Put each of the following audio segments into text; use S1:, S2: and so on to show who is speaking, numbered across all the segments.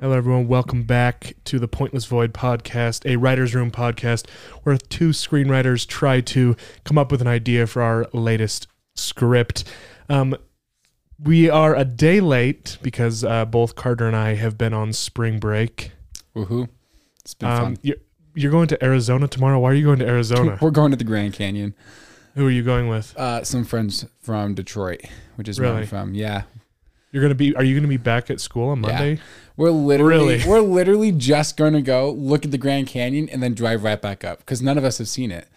S1: Hello, everyone. Welcome back to the Pointless Void podcast, a writer's room podcast where two screenwriters try to come up with an idea for our latest script. Um, we are a day late because uh, both Carter and I have been on spring break.
S2: Woohoo. It's been
S1: Um, you're, you're going to Arizona tomorrow. Why are you going to
S2: fun.
S1: Arizona?
S2: We're going to the Grand Canyon.
S1: Who are you going with?
S2: Uh, some friends from Detroit, which is where
S1: Really?
S2: I'm from. Yeah.
S1: You're gonna be? Are you gonna be back at school on
S2: Yeah.
S1: Monday?
S2: We're literally
S1: Really?
S2: we're literally just going to go look at the Grand Canyon and then drive right back up cuz none of us have seen it.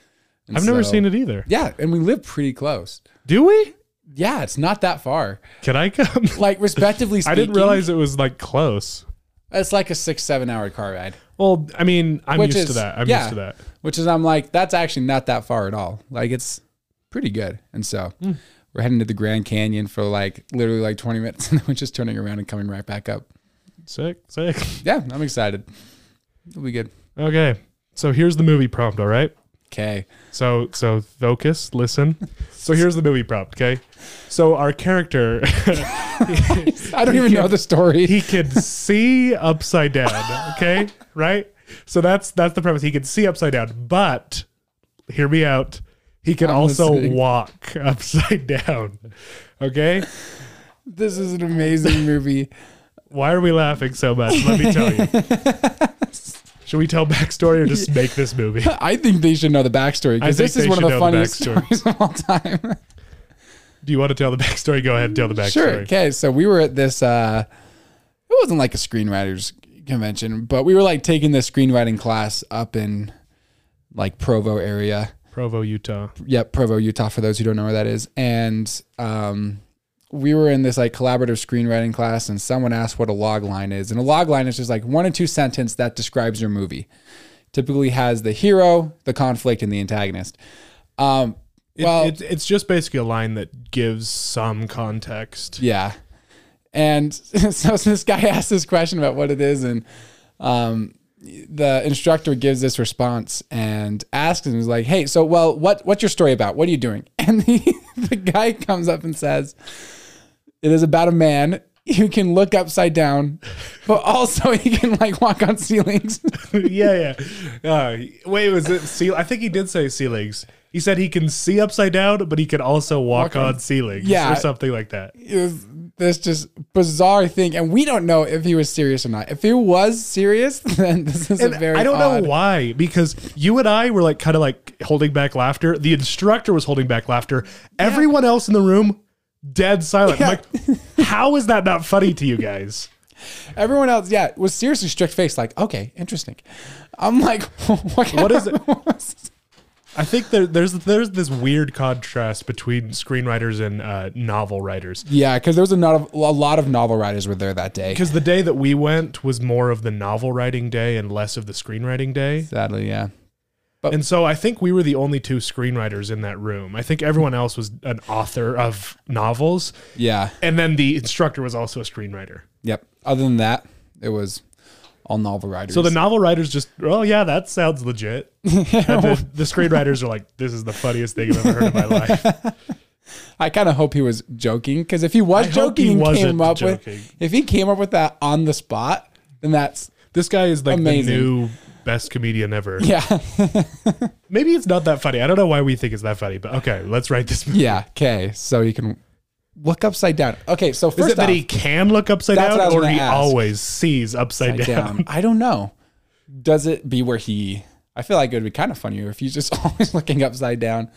S2: And
S1: I've never
S2: so-
S1: seen it either.
S2: Yeah, and we live pretty close.
S1: Do we?
S2: Yeah, it's not that far.
S1: Can I come?
S2: Like respectively speaking,
S1: I didn't realize it was like close.
S2: it's like a 6-7 hour car ride.
S1: Well, I mean, I'm
S2: Which
S1: used to
S2: is-
S1: that. I'm
S2: yeah.
S1: used to that.
S2: which is I'm like, that's actually not that far at all. Like it's pretty good. And so
S1: Hmm.
S2: we're heading to the Grand Canyon for like literally like 20 minutes, and then we're just turning around and coming right back up.
S1: Sick, sick.
S2: Yeah, I'm excited. It'll be good.
S1: Okay. So here's the movie prompt, all right?
S2: Okay.
S1: So so focus, listen. So here's the movie prompt, okay? So our character
S2: I don't even know the story.
S1: he could see upside down, okay? Right? So that's that's the premise. He could see upside down, but hear me out. He can
S2: I'm
S1: also
S2: listening.
S1: walk upside down. Okay?
S2: this is an amazing movie.
S1: Why are we laughing so much? Let me tell you. Should we tell backstory or just make this movie?
S2: I think they should know the backstory
S1: I
S2: because
S1: think
S2: this is
S1: they
S2: one
S1: should
S2: of
S1: know
S2: the
S1: the
S2: funniest
S1: backstory.
S2: stories of all time.
S1: Do you want to tell the backstory? Go ahead and tell the backstory.
S2: Sure. Okay. So we were at this. uh It wasn't like a screenwriters convention, but we were like taking this screenwriting class up in like Provo area.
S1: Provo, Utah.
S2: Yep, Provo, Utah. For those who don't know where that is, and um, we were in this like collaborative screenwriting class, and someone asked what a log line is, and a log line is just like one or two sentence that describes your movie. Typically has the hero, the conflict, and the antagonist. Um,
S1: It,
S2: well,
S1: it's, it's just basically a line that gives some context.
S2: Yeah. And so this guy asked this question about what it is, and um, the instructor gives this response and asks him, he's like, hey, so, well, what, what's your story about? What are you doing? And the, the guy comes up and says, it is about a man who can look upside down, but also he can, like, walk on ceilings.
S1: yeah, yeah. Uh, wait, was it seal? I think he did say sea legs. He said he can see upside down, but he can also walk, on, sea legs
S2: Yeah.
S1: or something like that.
S2: it was this just bizarre thing, and we don't know if he was serious or not. If he was serious, then this is
S1: And
S2: a very
S1: I don't
S2: odd-
S1: know why, because you and I were like kind of like holding back laughter. The instructor was holding back laughter. Everyone else in the room, dead silent. I'm like, how is that not funny to you guys?
S2: Everyone else, yeah, was seriously strict face. Like, okay, interesting. I'm like, what,
S1: What is it?
S2: it?
S1: I think there, there's there's this weird contrast between screenwriters and uh, novel writers.
S2: yeah, because there was a lot of a lot of novel writers were there that day.
S1: Because the day that we went was more of the novel writing day and less of the screenwriting day.
S2: Sadly, yeah,
S1: And so I think we were the only two screenwriters in that room. I think everyone else was an author of novels.
S2: yeah,
S1: And then the instructor was also a screenwriter.
S2: yep. Other than that, it was all novel writers.
S1: So the novel writers just, oh, yeah, that sounds legit. And the, the screenwriters are like, this is the funniest thing I've ever heard in my life.
S2: I kind of hope he was joking because if he was
S1: I hope he
S2: joking, and came
S1: wasn't
S2: up
S1: joking.
S2: with if he came up with that on the spot, then that's
S1: This guy is like
S2: Amazing.
S1: the new best comedian ever.
S2: yeah,
S1: Maybe it's not that funny. I don't know why we think it's that funny, but okay, let's write this. movie.
S2: yeah. Okay, so you can look upside down. Okay, so
S1: Is
S2: first
S1: it that
S2: off,
S1: he can look upside
S2: That's what I
S1: down
S2: was
S1: or
S2: gonna
S1: he
S2: ask.
S1: always sees upside,
S2: upside
S1: down?
S2: down. I don't know. Does it be where he? I feel like it would be kind of funnier if he's just always looking upside down.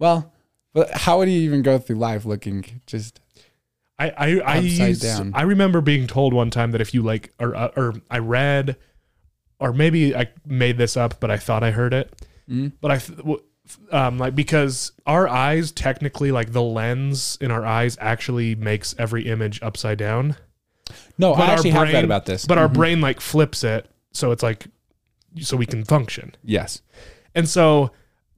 S2: Well, but how would he even go through life looking just?
S1: I I I,
S2: Upside
S1: used,
S2: down.
S1: I remember being told one time that if you like or uh, or I read or maybe I made this up but I thought I heard it.
S2: Mm-hmm.
S1: But I th- w- um like because our eyes technically like the lens in our eyes actually makes every image upside down.
S2: No,
S1: But
S2: I
S1: our
S2: actually have
S1: brain-
S2: read about this. Mm-hmm.
S1: But our brain like flips it so it's like so we can function.
S2: yes,
S1: And so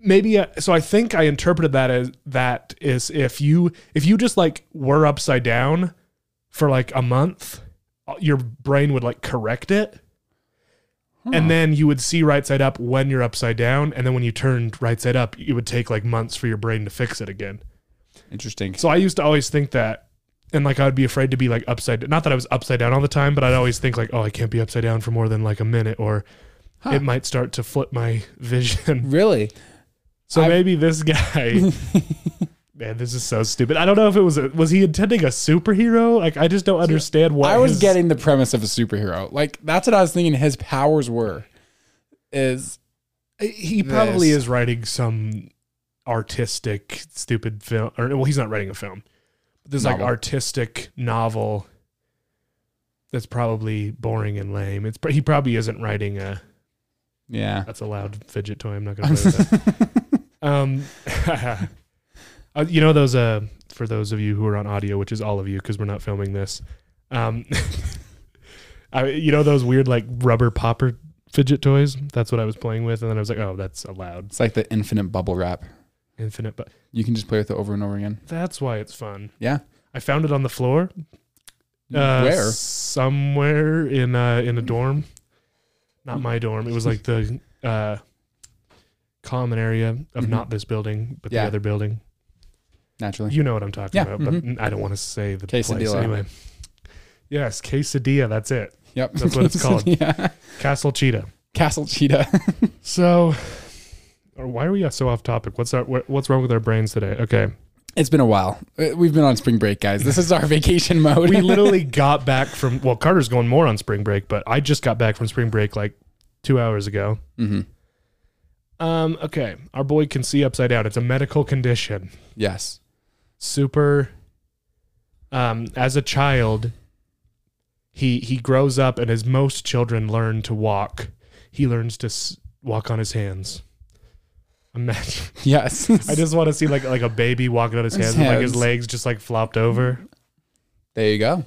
S1: maybe uh, so I think I interpreted that as that is if you if you just like were upside down for like a month, uh, your brain would like correct it. And then you would see right side up when you're upside down, and then when you turned right side up, it would take like months for your brain to fix it again.
S2: interesting.
S1: So I used to always think that and like I would be afraid to be like upside. Not that I was upside down all the time, but I'd always think like, oh, I can't be upside down for more than like a minute, or
S2: Huh.
S1: it might start to flip my vision.
S2: Really?
S1: So
S2: I've-
S1: maybe this guy. Man, this is so stupid. I don't know if it was a, was he intending a superhero? Like I just don't understand what
S2: I was
S1: his-
S2: getting the premise of a superhero. Like that's what I was thinking his powers were. Is
S1: He probably
S2: this.
S1: is writing some artistic stupid film, or well, he's not writing a film. There's like
S2: Novel.
S1: artistic novel that's probably boring and lame. It's pr- he probably isn't writing a.
S2: yeah.
S1: That's a loud fidget toy. I'm not gonna play with that. Um, uh, you know those uh for those of you who are on audio, which is all of you because we're not filming this. Um, I you know those weird like rubber popper fidget toys. That's what I was playing with, and then I was like, oh, that's allowed.
S2: It's like the infinite bubble wrap.
S1: Infinite, but
S2: You can just play with it over and over again.
S1: that's why it's fun.
S2: Yeah.
S1: I found it on the floor. Uh,
S2: Where?
S1: Somewhere in uh, in a dorm. Not my dorm. It was like the uh, common area of
S2: Mhm.
S1: not this building, but
S2: Yeah.
S1: the other building.
S2: Naturally.
S1: You know what I'm talking
S2: Yeah,
S1: about,
S2: mhm.
S1: but I don't want to say the place
S2: Quesadilla.
S1: anyway. Yes, quesadilla. That's it.
S2: Yep.
S1: That's what it's called.
S2: yeah.
S1: Castle Cheetah.
S2: Castle Cheetah.
S1: So, or why are we so off topic? What's our what- what's wrong with our brains today? Okay,
S2: it's been a while. Uh, We've been on spring break, guys. This is our vacation mode.
S1: we literally got back from well, Carter's going more on spring break, but I just got back from spring break like two hours ago.
S2: Mhm.
S1: Um, okay. Our boy can see upside down. It's a medical condition.
S2: Yes.
S1: Super um as a child he he grows up and as most children learn to walk, he learns to s- walk on his hands. Imagine.
S2: Yes.
S1: I just want to see like like a baby walking on his hands, and like his
S2: hands.
S1: legs just like flopped over.
S2: there you go.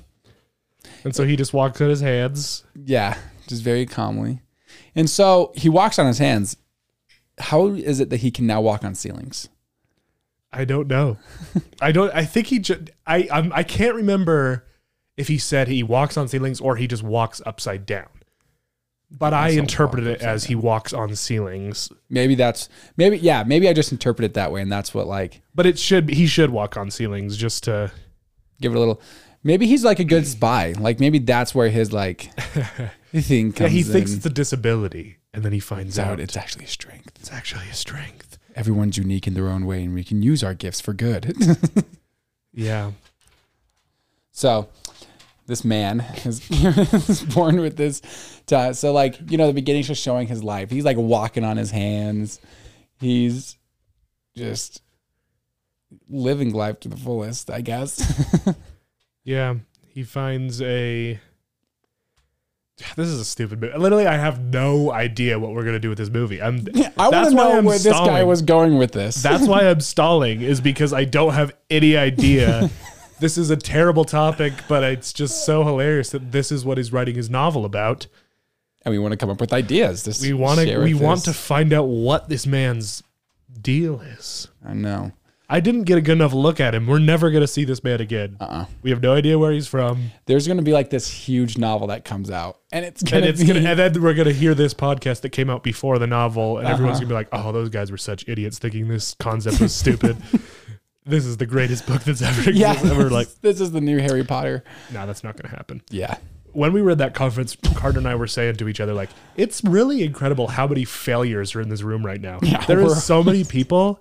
S1: And so he just walks on his hands.
S2: Yeah. Just very calmly. And so he walks on his hands. How is it that he can now walk on ceilings?
S1: I don't know. I don't. I think he. Ju- I. I'm, I can't remember if he said he walks on ceilings or he just walks upside down. But I
S2: Also walk
S1: interpreted it
S2: upside
S1: as he walks on ceilings.
S2: Maybe that's maybe yeah, maybe I just interpret it that way and that's what like
S1: But it should. He should walk on ceilings just to.
S2: give it a little maybe he's like a good spy. Like maybe that's where his like thing comes
S1: Yeah, he
S2: in.
S1: thinks it's a disability, and then he finds
S2: Turns out
S1: out
S2: it's actually a strength.
S1: it's actually a strength.
S2: Everyone's unique in their own way and we can use our gifts for good.
S1: Yeah.
S2: So this man is, is born with this. T- so like you know, the beginning's just showing his life. He's like walking on his hands. He's just living life to the fullest, I guess.
S1: Yeah. He finds a. This is a stupid movie. Literally, I have no idea what we're gonna do with this movie. I'm.
S2: I want
S1: That's
S2: to
S1: why
S2: know
S1: I'm
S2: where this guy
S1: stalling.
S2: was going with this.
S1: That's why I'm stalling is because I don't have any idea. this is a terrible topic, but it's just so hilarious that this is what he's writing his novel about.
S2: and we want to come up with ideas. Just
S1: We want to
S2: share
S1: we
S2: with
S1: want to
S2: this.
S1: find out what this man's deal is.
S2: I know.
S1: I didn't get a good enough look at him. We're never going to see this man again.
S2: Uh-uh.
S1: We have no idea where he's from,
S2: There's going to be like this huge novel that comes out, and it's going
S1: and
S2: to
S1: it's
S2: be.
S1: gonna, and then we're going to hear this podcast that came out before the novel,
S2: Uh-huh.
S1: and everyone's going to be like, "Oh, those guys were such idiots thinking this concept was stupid. this is the greatest book that's ever
S2: yeah,
S1: existed." And we're like,
S2: this is the new Harry Potter.
S1: "No, that's not going to happen."
S2: Yeah,
S1: when we were at that conference, Carter and I were saying to each other, like, it's really incredible how many failures are in this room right now.
S2: Yeah,
S1: there
S2: we're-
S1: is so many people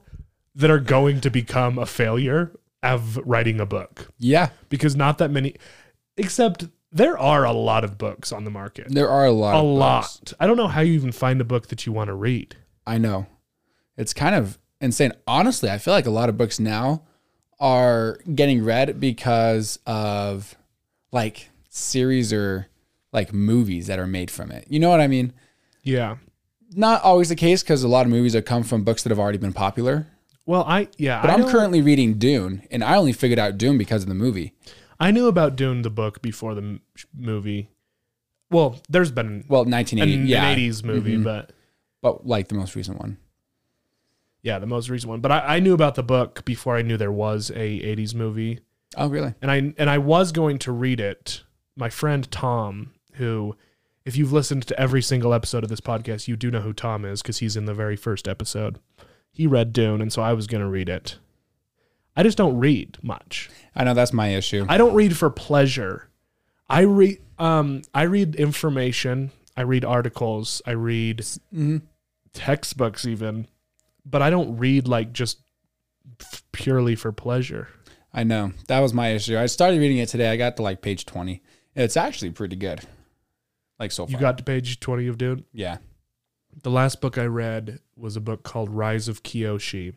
S1: that are going to become a failure of writing a book
S2: yeah.
S1: because not that many, except there are a lot of books on the market.
S2: There are a lot.
S1: A
S2: of books.
S1: lot. I don't know how you even find a book that you want to read.
S2: I know. It's kind of insane. Honestly, I feel like a lot of books now are getting read because of like series or like movies that are made from it. You know what I mean?
S1: Yeah.
S2: Not always the case because a lot of movies have come from books that have already been popular.
S1: Well, I, yeah.
S2: But
S1: I
S2: I am
S1: know-
S2: currently reading Dune and I only figured out Dune because of the movie.
S1: I knew about Dune, the book, before the m- movie. Well, there's been
S2: Well,
S1: an,
S2: 1980.
S1: an
S2: yeah. Mm-hmm.
S1: 80s movie, but.
S2: But like the most recent one.
S1: Yeah, the most recent one. But I, I knew about the book before I knew there was a '80s movie,
S2: Oh, really?
S1: and I and I was going to read it. My friend Tom, who, if you've listened to every single episode of this podcast, you do know who Tom is because he's in the very first episode. He read Dune, and so I was going to read it. I just don't read much.
S2: I know that's my issue.
S1: I don't read for pleasure. I read um I read information, I read articles, I read textbooks even, but I don't read like just f- purely for pleasure.
S2: I know that was my issue. I started reading it today. I got to like page twenty. It's actually pretty good. Like so far,
S1: You got to page 20 of Dune?
S2: yeah.
S1: The last book I read was a book called Rise of Kyoshi.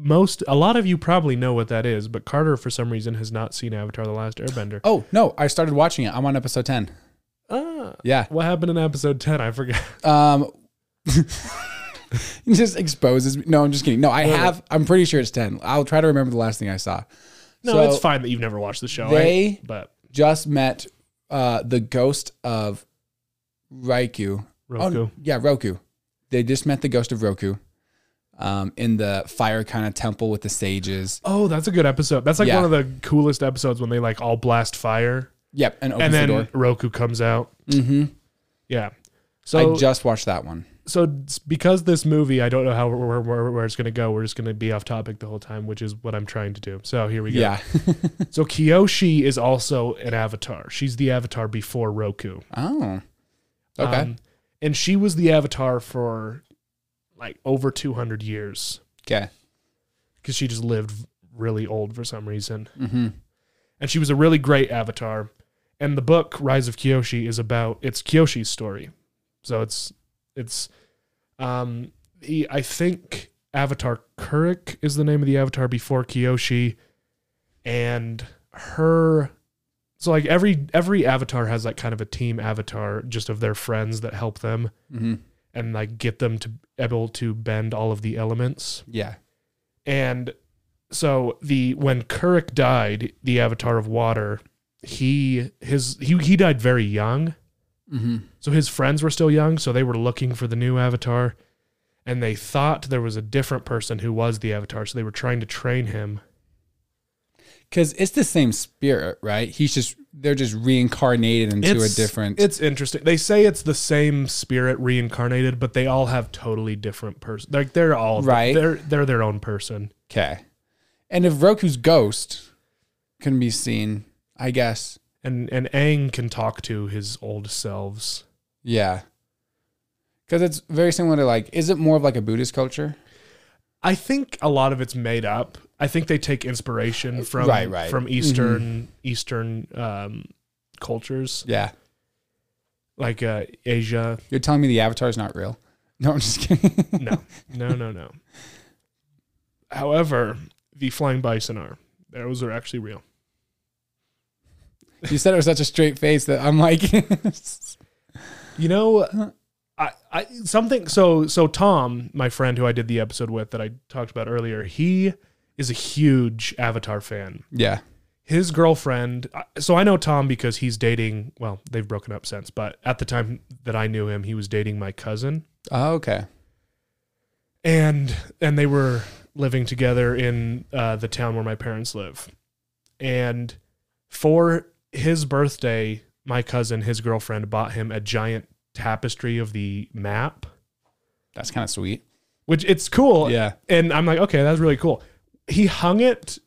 S1: Most a lot of you probably know what that is, but Carter for some reason has not seen Avatar the Last Airbender.
S2: Oh no, I started watching it. I'm on episode ten.
S1: Ah,
S2: Yeah.
S1: what happened in episode 10? I forgot.
S2: Um, it just exposes me. No, I'm just kidding. No, I have. I'm pretty sure it's ten. I'll try to remember the last thing I saw.
S1: No,
S2: So-
S1: it's fine that you've never watched the show.
S2: They-
S1: I, but
S2: Just met uh, the ghost of Raikou.
S1: Roku.
S2: Oh, yeah, Roku. They just met the ghost of Roku um, in the fire kind of temple with the sages.
S1: Oh, that's a good episode. That's like
S2: Yeah.
S1: one of the coolest episodes when they like all blast fire
S2: Yep, and opens
S1: and
S2: the
S1: then
S2: door.
S1: Roku comes out.
S2: Mm-hmm.
S1: Yeah. So
S2: I just watched that one.
S1: so it's because this movie, I don't know how where, where, where it's going to go. We're just going to be off topic the whole time, which is what I'm trying to do. So here we go.
S2: Yeah.
S1: So Kiyoshi is also an avatar. She's the avatar before Roku.
S2: oh. Okay.
S1: Um, and she was the avatar for like over 200 years
S2: okay.
S1: because she just lived really old for some reason.
S2: Mm-hmm.
S1: and she was a really great avatar. And the book Rise of Kyoshi is about it's Kyoshi's story, so it's it's um he, I think Avatar Kurik is the name of the avatar before Kyoshi, and her so like every every avatar has like kind of a team avatar just of their friends that help them
S2: Mm-hmm.
S1: and like get them to able to bend all of the elements
S2: Yeah.
S1: and so the when Kurik died, the avatar of water, he his he he died very young.
S2: Mm-hmm.
S1: So his friends were still young, so they were looking for the new avatar and they thought there was a different person who was the avatar, so they were trying to train him.
S2: Because it's the same spirit, right? He's just they're just reincarnated into a different.
S1: It's interesting. They say it's the same spirit reincarnated, but they all have totally different person. Like they're all
S2: Right.
S1: They're they're their own person.
S2: okay. And if Roku's ghost can be seen, I guess.
S1: And and Aang can talk to his old selves.
S2: Yeah. Because it's very similar to like, is it more of like a Buddhist culture?
S1: I think a lot of it's made up. I think they take inspiration from
S2: Right, right. Mm-hmm.
S1: from Eastern Eastern um, cultures
S2: Yeah.
S1: like uh, Asia.
S2: You're telling me the Avatar is not real? No, I'm just kidding.
S1: No, no, no, no. However, the flying bison are those are actually real.
S2: you said it with such a straight face that I'm like,
S1: You know, I, I something so so Tom, my friend who I did the episode with that I talked about earlier, he is a huge Avatar fan.
S2: yeah.
S1: his girlfriend so i know tom because he's dating well they've broken up since but at the time that i knew him he was dating my cousin
S2: Oh, okay.
S1: and and they were living together in uh, the town where my parents live and for his birthday my cousin his girlfriend bought him a giant tapestry of the map
S2: That's kind of sweet.
S1: which it's cool
S2: Yeah.
S1: and i'm like okay that's really cool he hung it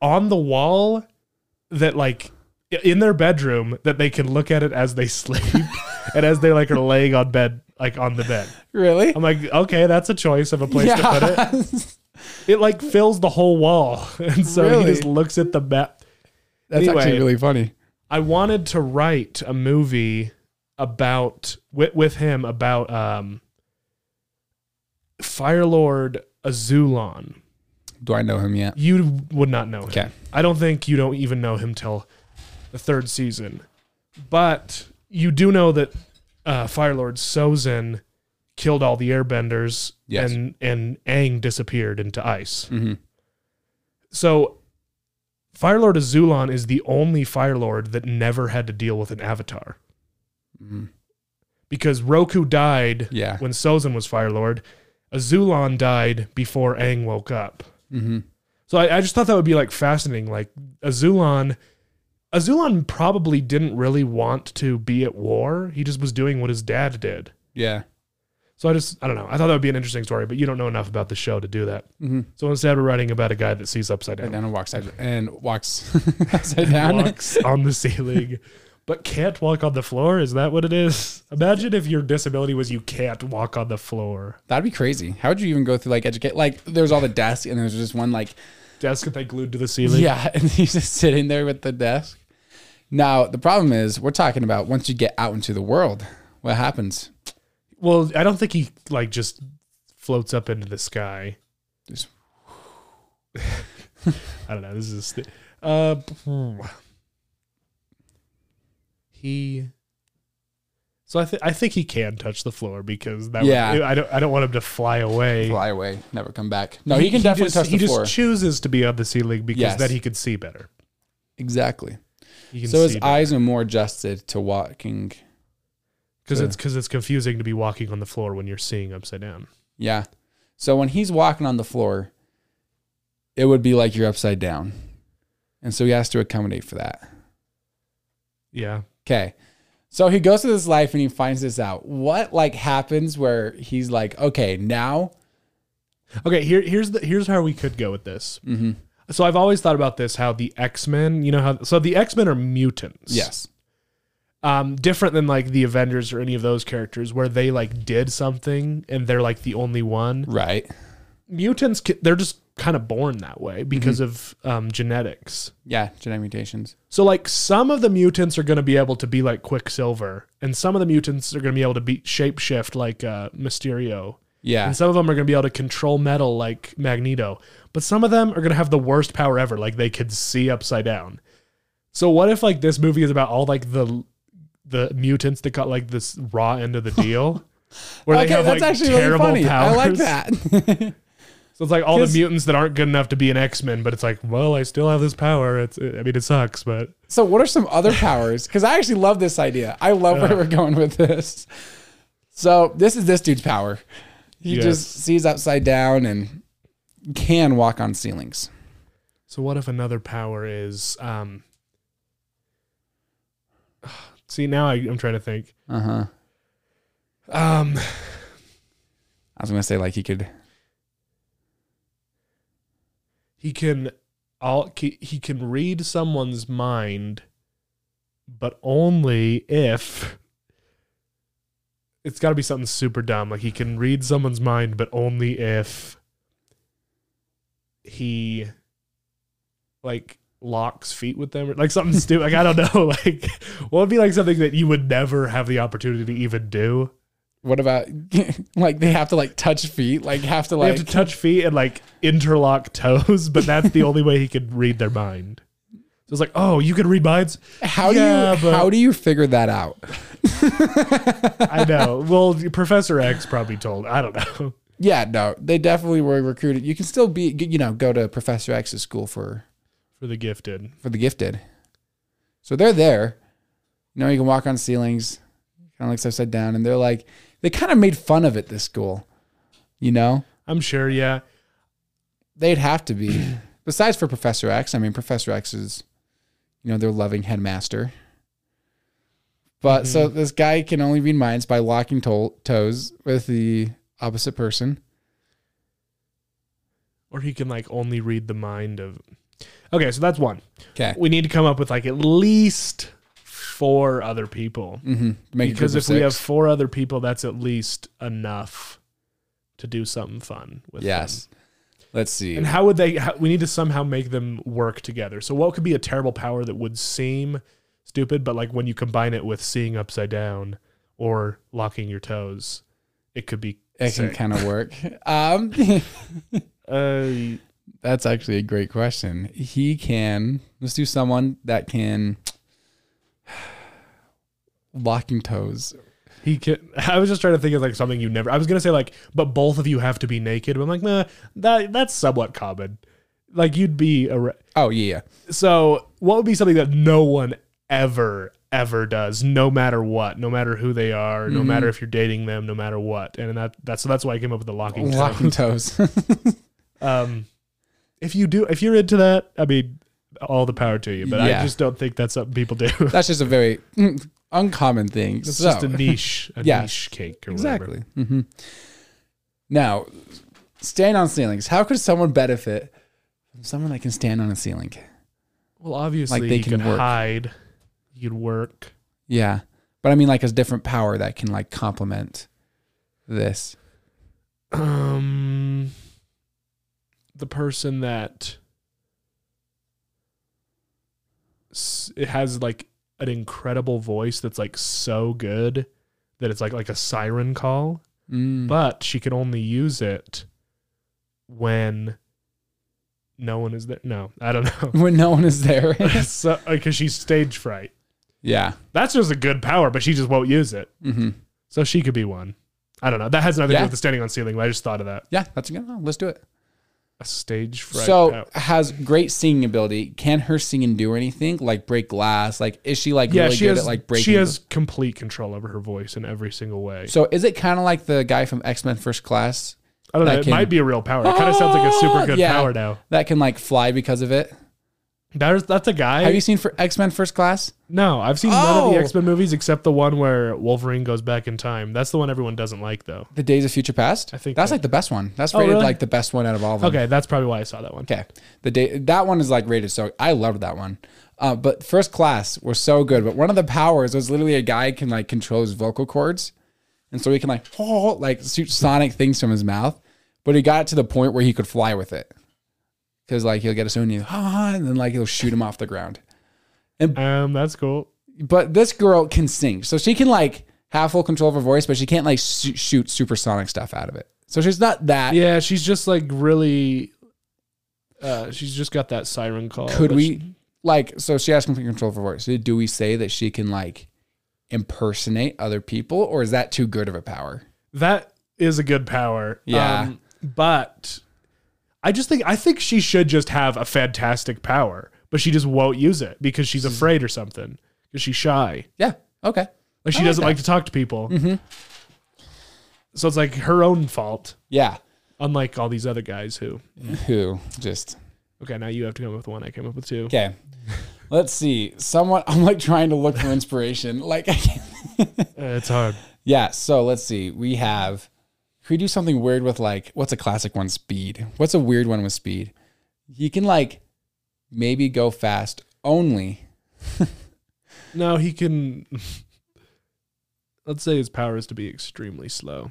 S1: on the wall that like in their bedroom that they can look at it as they sleep and as they like are laying on bed like on the bed
S2: Really?
S1: i'm like okay that's a choice of a place to put it it like fills the whole wall and so he
S2: Really?
S1: just looks at the map
S2: That's actually
S1: Anyway.
S2: really funny.
S1: i wanted to write a movie about with, with him about um firelord azulon
S2: Do I know him yet?
S1: you would not know him.
S2: Okay.
S1: I don't think you don't even know him till the third season. But you do know that uh, Fire Lord Sozin killed all the airbenders
S2: Yes.
S1: and and Aang disappeared into ice.
S2: Mm-hmm.
S1: So Fire Lord Azulon is the only Fire Lord that never had to deal with an avatar. Because Roku died
S2: Mm-hmm. Yeah.
S1: when Sozin was Fire Lord. Azulon died before Aang woke up.
S2: Mm-hmm.
S1: So I, I just thought that would be like fascinating. Like Azulon, Azulon probably didn't really want to be at war. He just was doing what his dad did.
S2: Yeah.
S1: So I just I don't know. I thought that would be an interesting story, but you don't know enough about the show to do that.
S2: Mm-hmm.
S1: So instead, we're writing about a guy that sees upside down,
S2: Down and walks side, and walks upside down.
S1: walks on the ceiling, but can't walk on the floor. Is that what it is? Imagine if your disability was you can't walk on the floor.
S2: That'd be crazy. How would you even go through like educate? Like there's all the desks and there's just one like
S1: Desk that they glued to the ceiling.
S2: yeah, and he's just sitting there with the desk. Now the problem is we're talking about once you get out into the world, what happens?
S1: Well, I don't think he like just floats up into the sky.
S2: Just-
S1: I don't know. This is st- uh, hmm. he. So I think I think he can touch the floor because that.
S2: Yeah.
S1: Would, I don't. I don't want him to fly away.
S2: Fly away, never come back. No, he, can definitely
S1: just,
S2: touch
S1: He
S2: the
S1: just
S2: floor.
S1: chooses to be on the ceiling because
S2: Yes.
S1: then he can see better.
S2: exactly.
S1: He can
S2: So his
S1: see
S2: eyes are more adjusted to walking.
S1: because it's because it's confusing to be walking on the floor when you're seeing upside down.
S2: Yeah. So when he's walking on the floor, it would be like you're upside down, and so he has to accommodate for that.
S1: Yeah.
S2: Okay. So he goes through this life and he finds this out. What like happens where he's like, okay, now
S1: Okay, here here's the here's how we could go with this.
S2: Mhm.
S1: So I've always thought about this: how the X Men, you know, how so the X Men are mutants.
S2: yes.
S1: Um, different than like the Avengers or any of those characters, where they like did something and they're like the only one.
S2: Right.
S1: Mutants, ca- they're just kind of born that way because of um, genetics.
S2: Yeah, genetic mutations.
S1: So like some of the mutants are going to be able to be like Quicksilver, and some of the mutants are going to be able to be shapeshift like uh, Mysterio.
S2: Yeah.
S1: And some of them are going to be able to control metal like Magneto, but some of them are going to have the worst power ever, like they could see upside down. So what if like this movie is about all like the the mutants that got like this raw end of the deal, where
S2: okay, that's actually really funny. I like that.
S1: So it's like all the
S2: 'Cause-
S1: mutants that aren't good enough to be an X Men, but it's like, well, I still have this power. It's I mean, it sucks, but
S2: so what are some other powers? Because I actually love this idea. I love where we're going with this. So this is this dude's power. He
S1: Yes.
S2: just sees upside down and can walk on ceilings.
S1: So what if another power is um See now I, I'm trying to think.
S2: Uh huh.
S1: Um
S2: I was gonna say like he could
S1: he can all he can read someone's mind but only if it's got to be something super dumb like he can read someone's mind but only if he like locks feet with them or like something stupid like i don't know like what would be like something that you would never have the opportunity to even do
S2: what about like they have to like touch feet, like have to
S1: you
S2: like
S1: have to touch feet and like interlock toes but that's the only way he could read their mind so it's like oh you can read minds
S2: How
S1: Yeah,
S2: do you
S1: but-
S2: how do you figure that out?
S1: I know. Well, Professor X probably told. I don't know.
S2: Yeah, no, they definitely were recruited. You can still be you know go to Professor X's school for
S1: For the gifted.
S2: for the gifted. So they're there. You know, you can walk on ceilings, kind of looks upside down, and they're like they kind of made fun of it. This school, you know,
S1: I'm sure, yeah.
S2: they'd have to be. Besides for Professor X, I mean Professor X is, you know, their loving headmaster. But so
S1: Mm-hmm.
S2: this guy can only read minds by locking to- toes with the opposite person.
S1: Or he can like only read the mind of Okay, so that's one.
S2: Okay.
S1: We need to come up with like at least four other people.
S2: Mm-hmm. Make
S1: Because if we have four other people, that's at least enough to do something fun with them.
S2: yes, let's see.
S1: And how would they how, we need to somehow make them work together. So what could be a terrible power that would seem stupid but like when you combine it with seeing upside down or locking your toes, it could be
S2: It can
S1: sick.
S2: kind of work. Um,
S1: Uh,
S2: that's actually a great question. He can. Let's do someone that can locking toes.
S1: he can. I was just trying to think of like something you never. I was gonna say like, but both of you have to be naked. But I'm like, nah, that that's somewhat common. Like you'd be a. re-
S2: Oh yeah,
S1: So what would be something that no one ever ever does, no matter what, no matter who they are, no
S2: Mm-hmm.
S1: matter if you're dating them, no matter what, and that that's so that's why I came up with the locking. term.
S2: locking toes.
S1: Um, if you do, if you're into that, I mean, all the power to you. But I
S2: Yeah.
S1: just don't think that's something people do.
S2: that's just a very mm, uncommon thing.
S1: It's
S2: so,
S1: just a niche, a
S2: Yeah.
S1: niche cake or whatever.
S2: exactly. hmm Now, stand on ceilings. How could someone benefit from someone that can stand on a ceiling?
S1: Well, obviously
S2: Like they
S1: you
S2: can
S1: can
S2: work.
S1: hide, you'd work.
S2: Yeah, but I mean, like a different power that can like complement this.
S1: Um, the person that s- it has like an incredible voice that's like so good that it's like like a siren call.
S2: Mm.
S1: but she can only use it when no one is there. No, I don't know.
S2: when no one is there.
S1: so, because she's stage fright.
S2: yeah.
S1: That's just a good power, but she just won't use it.
S2: hmm
S1: So she could be one. I don't know. That has nothing to
S2: Yeah.
S1: do with the standing on ceiling. But I just thought of that.
S2: Yeah, that's a good. one. Let's do it.
S1: A stage fright.
S2: so
S1: power.
S2: has great singing ability. Can her singing do anything like break glass? Like is she like
S1: yeah,
S2: really
S1: she
S2: good
S1: has
S2: at like breaking?
S1: she has complete control over her voice in every single way.
S2: So is it kind of like the guy from X Men First Class
S1: I don't know.
S2: that
S1: It
S2: can-
S1: might be a real power. It kind of sounds like a super good
S2: Yeah.
S1: power now.
S2: that can like fly because of it?
S1: There's that's a guy.
S2: Have you seen for X Men First Class?
S1: No, I've seen none of the
S2: Oh.
S1: X Men movies except the one where Wolverine goes back in time. That's the one everyone doesn't like, though.
S2: The Days of Future Past.
S1: I think
S2: that's
S1: that-
S2: like the best one. That's rated
S1: really?
S2: like the best one out of all of them.
S1: Okay, that's probably why I saw that one.
S2: Okay. The day that one is like rated so I loved that one. Uh, but first class was so good. But one of the powers was literally a guy can like control his vocal cords, and so he can like oh, like shoot sonic things from his mouth. But he got it to the point where he could fly with it, because like he'll get a soon ah, and then like he'll shoot him off the ground.
S1: Um, that's cool.
S2: But this girl can sing, so she can like have full control of her voice, but she can't like su- shoot supersonic stuff out of it. So she's not that.
S1: Yeah, she's just like really. Uh, she's just got that siren call.
S2: could
S1: but
S2: we
S1: she-
S2: like so she has complete control of her voice do we say that she can like impersonate other people or is that too good of a power
S1: that is a good power. Um,
S2: Yeah.
S1: but I just think I think she should just have a fantastic power, but she just won't use it because she's
S2: Mm-hmm.
S1: afraid or something. Because she's shy.
S2: yeah okay
S1: Like she
S2: I
S1: doesn't
S2: like that. Mm-hmm.
S1: like to talk to people. So it's like her own fault.
S2: yeah
S1: Unlike all these other guys who
S2: who just
S1: Okay, now you have to come up with one. I came up with two.
S2: okay let's see someone i'm like trying to look for inspiration like I can't.
S1: Uh, it's hard.
S2: yeah so let's see we have could we do something weird with like what's a classic one speed what's a weird one with speed you can like maybe go fast only
S1: No, he can. Let's say his power is to be extremely slow.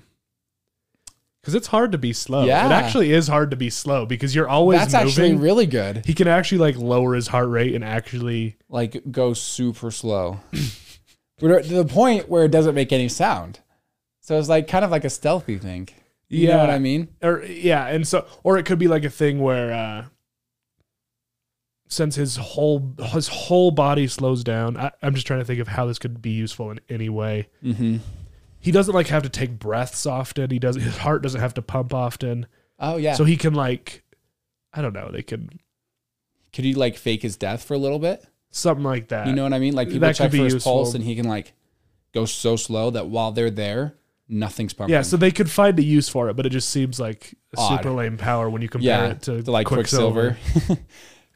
S1: Because it's hard to be slow.
S2: Yeah.
S1: It actually is hard to be slow because you're always
S2: that's
S1: moving.
S2: actually really good
S1: he can actually like lower his heart rate and actually.
S2: like go super slow We're to the point where it doesn't make any sound so it's like kind of like a stealthy thing you know what
S1: Yeah.
S2: i mean
S1: Or yeah, and so or it could be like a thing where uh since his whole his whole body slows down. I, I'm just trying to think of how this could be useful in any way.
S2: mm-hmm.
S1: He doesn't like have to take breaths often. He does his heart doesn't have to pump often.
S2: oh yeah
S1: So
S2: so
S1: he can like I don't know, they can
S2: could he like fake his death for a little bit
S1: something like that.
S2: you know what i mean like people
S1: that
S2: check
S1: could be
S2: for his
S1: useful.
S2: pulse and he can like go so slow that while they're there nothing's pumping
S1: yeah, so they could find a use for it, but it just seems like a
S2: Odd.
S1: super lame power when you compare
S2: yeah
S1: it to,
S2: to, like quicksilver,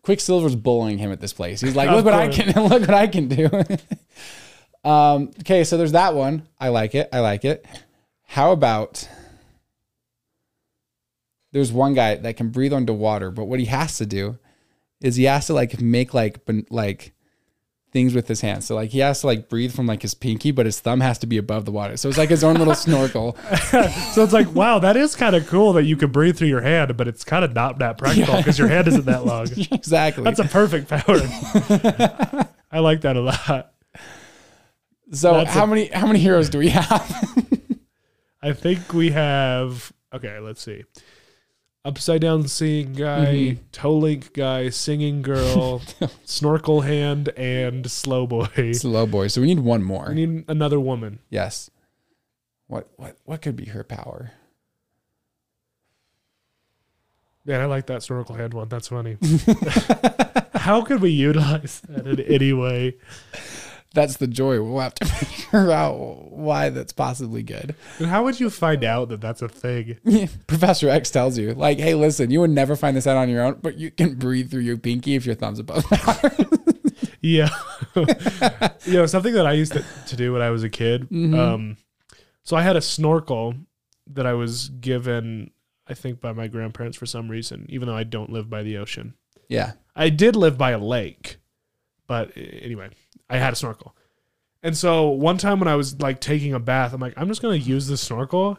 S2: quicksilver's bullying him at this place he's like
S1: Of
S2: look what i
S1: course.
S2: can look what i can do um okay so there's that one i like it i like it how about there's one guy that can breathe under water but what he has to do is he has to like make like ben- like things with his hands so like he has to like breathe from like his pinky but his thumb has to be above the water so it's like his own little snorkel
S1: so it's like, wow, that is kind of cool that you can breathe through your hand, but it's kind of not that practical because your hand isn't that long.
S2: exactly
S1: That's a perfect power. I like that a lot.
S2: so
S1: that's
S2: how
S1: a-
S2: many how many heroes do we have
S1: I think we have okay, let's see. Upside down seeing guy,
S2: Mm-hmm.
S1: toe link guy, singing girl, snorkel hand, and slow boy.
S2: Slow boy. So we need one more.
S1: I need another woman.
S2: yes. What what what could be her power?
S1: Man, I like that snorkel hand one. That's funny. How could we utilize that in any way?
S2: That's the joy. We'll have to figure out why that's possibly good.
S1: And how would you find out that that's a thing?
S2: Professor X tells you, like, hey, listen, you would never find this out on your own, but you can breathe through your pinky if your thumb's above.
S1: Yeah. you know, something that I used to, to do when I was a kid. Um, so I had a snorkel that I was given, I think, by my grandparents for some reason, even though I don't live by the ocean.
S2: Yeah.
S1: I did live by a lake, but uh, anyway, I had a snorkel. And so one time when I was like taking a bath, I'm like, I'm just going to use this snorkel.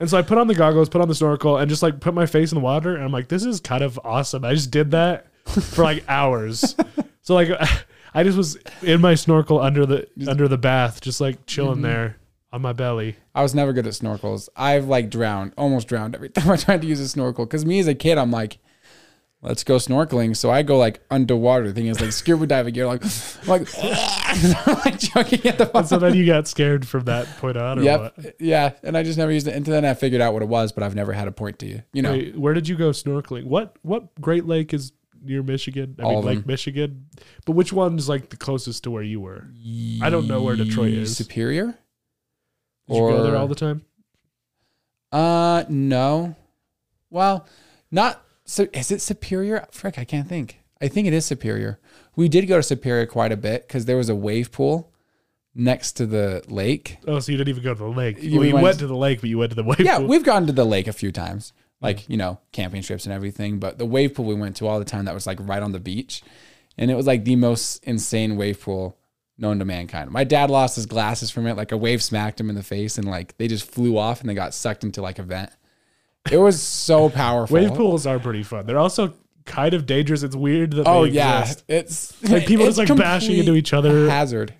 S1: And so I put on the goggles, put on the snorkel, and just like put my face in the water. And I'm like, this is kind of awesome. I just did that for like hours. so like, I just was in my snorkel under the under the bath, just like chilling there on my belly.
S2: I was never good at snorkels. I've like drowned, almost drowned every time I tried to use a snorkel. Cause me as a kid, I'm like, let's go snorkeling. So I go like underwater. The thing is like scuba diving. You're like, I'm like, I'm like choking at the bottom.
S1: So then you got scared from that point on, or
S2: Yep.
S1: what?
S2: Yeah. And I just never used it. And then I figured out what it was, but I've never had a point to you. You know,
S1: Wait, where did you go snorkeling? What what Great Lake is near Michigan? I
S2: All
S1: mean,
S2: of
S1: Lake
S2: them.
S1: Michigan. But which one's like the closest to where you were? I don't know where Detroit is. Did
S2: Superior?
S1: you go there all the time?
S2: Uh, no. Well, not so. Is it Superior? Frick, I can't think. I think it is Superior. We did go to Superior quite a bit because there was a wave pool next to the lake.
S1: Oh, so you didn't even go to the lake.
S2: You
S1: well, you
S2: went-
S1: went to the lake, but you went to the wave
S2: Yeah,
S1: pool.
S2: we've gone to the lake a few times, like you know, camping trips and everything. But the wave pool we went to all the time that was like right on the beach, and it was like the most insane wave pool known to mankind. My dad lost his glasses from it. Like a wave smacked him in the face, and like they just flew off and they got sucked into like a vent. It was so powerful.
S1: Wave pools are pretty fun. They're also kind of dangerous. It's weird that
S2: Oh
S1: they
S2: yeah,
S1: exist.
S2: it's
S1: Like, people
S2: it's
S1: just, like, bashing into
S2: complete
S1: each other.
S2: Hazard.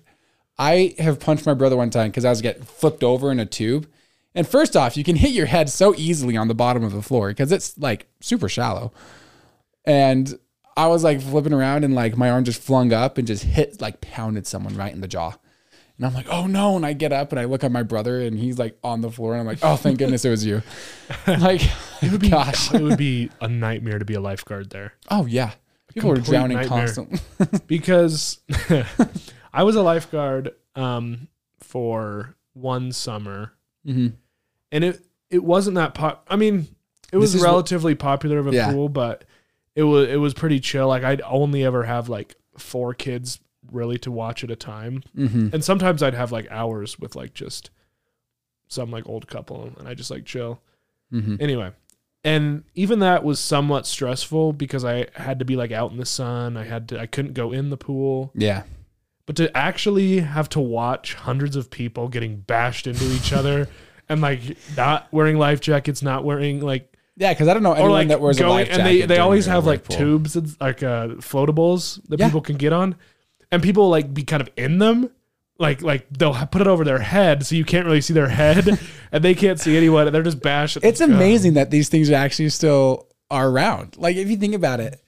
S2: I have punched my brother one time because I was getting flipped over in a tube. And first off, you can hit your head so easily on the bottom of the floor because it's like super shallow. And I was like flipping around and like my arm just flung up and just hit like pounded someone right in the jaw. And I'm like, oh no. And I get up and I look at my brother and he's like on the floor and I'm like, oh thank goodness it was you. Like it would be gosh.
S1: it would be a nightmare to be a lifeguard there
S2: Oh yeah. People are
S1: complete
S2: drowning
S1: nightmare.
S2: constantly.
S1: because I was a lifeguard um, for one summer,
S2: Mm-hmm.
S1: and it it wasn't that pop. I mean, it was
S2: is what-
S1: relatively popular of a
S2: Yeah.
S1: pool, but it was it was pretty chill. Like I'd only ever have like four kids really to watch at a time,
S2: Mm-hmm.
S1: and sometimes I'd have like hours with like just some like old couple, and I just like chill.
S2: Mm-hmm.
S1: Anyway, and even that was somewhat stressful because I had to be like out in the sun. I had to I couldn't go in the pool.
S2: yeah.
S1: But to actually have to watch hundreds of people getting bashed into each other and like not wearing life jackets, not wearing like
S2: Yeah, because I don't know anyone
S1: like
S2: that wears a life jacket.
S1: and they they
S2: during
S1: always
S2: the
S1: have
S2: wave
S1: like
S2: pool.
S1: tubes and like uh floatables that
S2: Yeah.
S1: people can get on, and people like be kind of in them. Like, like they'll ha- put it over their head, so you can't really see their head, and they can't see anyone, and they're just bashing.
S2: It's amazing that these things are actually still are around. Like if you think about it,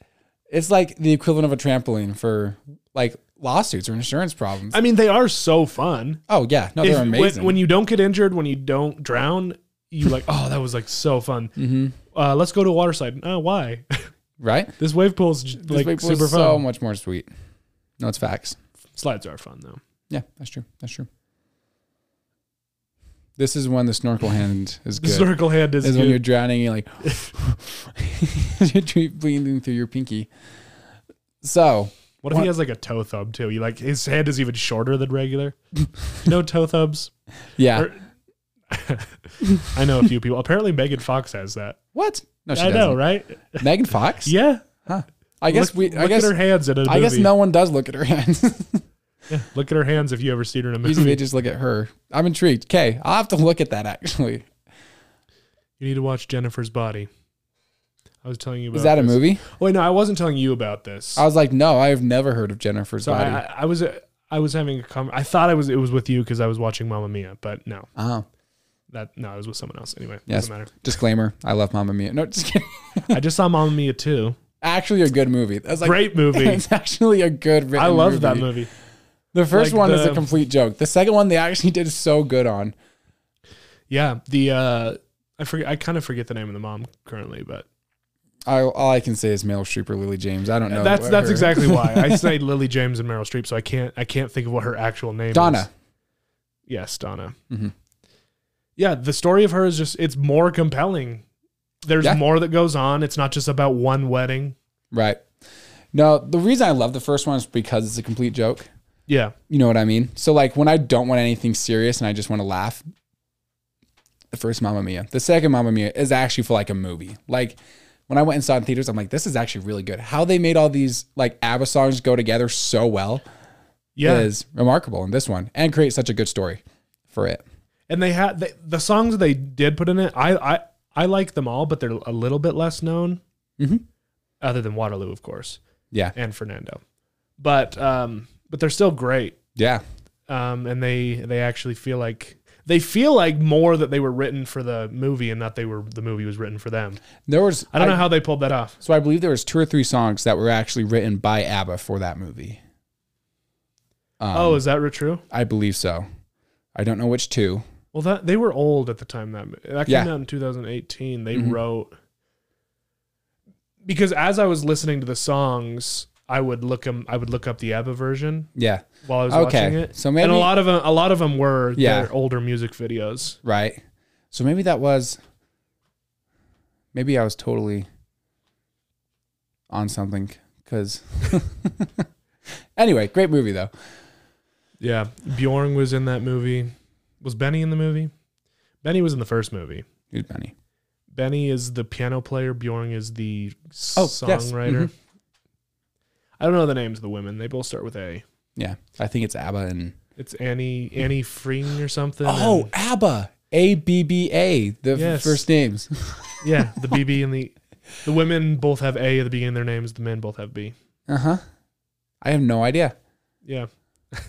S2: it's like the equivalent of a trampoline for like lawsuits or insurance problems.
S1: I mean, they are so fun.
S2: oh yeah, no,
S1: If-
S2: they're amazing.
S1: When, when you don't get injured, when you don't drown, you like, oh, that was like so fun. Uh, let's go to a waterside. Uh, why?
S2: Mm-hmm. right?
S1: this wave pool's j-
S2: This
S1: like
S2: wave pool is
S1: super fun.
S2: so much more sweet. No, it's facts.
S1: Slides are fun though.
S2: Yeah, that's true. That's true. This is when the snorkel hand is
S1: The
S2: good.
S1: snorkel hand is,
S2: is when you're
S1: good.
S2: drowning, you're like you're dre- breathing through your pinky. So
S1: What if
S2: What-
S1: he has like a toe thumb too? You like his hand is even shorter than regular. no toe thumbs.
S2: yeah,
S1: Or- I know a few people. Apparently, Megan Fox has that.
S2: What? No, she
S1: I
S2: doesn't.
S1: know, right?
S2: Megan Fox.
S1: Yeah.
S2: I guess
S1: look,
S2: we.
S1: Look
S2: I guess.
S1: at her hands in a
S2: I guess
S1: movie.
S2: no one does look at her hands.
S1: Yeah, look at her hands if you ever see her in a
S2: Usually
S1: movie.
S2: they just look at her. I'm intrigued. Okay, I'll have to look at that. Actually,
S1: You need to watch Jennifer's Body. I was telling you about
S2: is that a
S1: this.
S2: movie?
S1: Wait, no, I wasn't telling you about this.
S2: I was like, no, I've never heard of Jennifer's
S1: so
S2: body.
S1: I, I, I was I was having a com- I thought I was it was with you because I was watching Mamma Mia, but no,
S2: oh,
S1: that no, I was with someone else. Anyway,
S2: yes.
S1: doesn't matter.
S2: Disclaimer: I love Mamma Mia. No, just kidding.
S1: I just saw Mamma Mia too.
S2: Actually, a good movie. That's like
S1: Great movie.
S2: It's actually a good.
S1: I
S2: written
S1: love that movie.
S2: The first
S1: Like
S2: one is
S1: the-
S2: a complete joke. The second one they actually did so good on.
S1: Yeah, the uh, I forget. I kind of forget the name of the mom currently, but
S2: I, all I can say is Meryl Streep or Lily James. I don't know.
S1: that's
S2: what
S1: that's
S2: Oh, her-
S1: exactly why I say Lily James and Meryl Streep. So I can't I can't think of what her actual name is.
S2: Donna. Mm-hmm.
S1: Yes, Donna. Yeah, the story of her is just it's more compelling. There's
S2: Yeah.
S1: more that goes on. It's not just about one wedding.
S2: Right. No, the reason I love the first one is because it's a complete joke.
S1: Yeah.
S2: You know what I mean? So like when I don't want anything serious and I just want to laugh, the first Mamma Mia. The second Mamma Mia is actually for like a movie. Like when I went and saw it in theaters, I'm like, this is actually really good. How they made all these like ABBA songs go together so well
S1: Yeah.
S2: is remarkable in this one and create such a good story for it.
S1: and they had they, the songs they did put in it. I I I like them all, but they're a little bit less known,
S2: Mhm.
S1: other than Waterloo, of course,
S2: Yeah.
S1: and Fernando. But um, but they're still great.
S2: Yeah.
S1: Um, and they they actually feel like they feel like more that they were written for the movie and not they were the movie was written for them.
S2: There was
S1: I don't know how they pulled that off.
S2: so I believe there was two or three songs that were actually written by ABBA for that movie. Um,
S1: oh, is that true?
S2: I believe so. I don't know which two.
S1: Well, that they were old at the time that that came
S2: Yeah.
S1: out in 2018. They
S2: Mhm.
S1: wrote because as I was listening to the songs, I would look 'em- I would look up the ABBA version
S2: Yeah.
S1: while I was
S2: Okay.
S1: watching it.
S2: So maybe-
S1: and a lot of them, a lot of them were
S2: Yeah.
S1: their older music videos.
S2: Right. So maybe that was maybe I was totally on something cuz Anyway, great movie though.
S1: Yeah, Bjorn was in that movie. Was Benny in the movie? Benny was in the first movie.
S2: Dude, Benny.
S1: Benny is the piano player. Bjorn is the
S2: Oh, yes.
S1: songwriter.
S2: Mhm.
S1: I don't know the names of the women. They both start with A.
S2: Yeah. I think it's ABBA and
S1: It's Annie Annie Freeing or something.
S2: Oh, ABBA. A B B A. The f-
S1: Yes.
S2: first names.
S1: and- yeah, the BB and the the women both have A at the beginning of their names. The men both have B.
S2: Uh-huh. I have no idea.
S1: Yeah,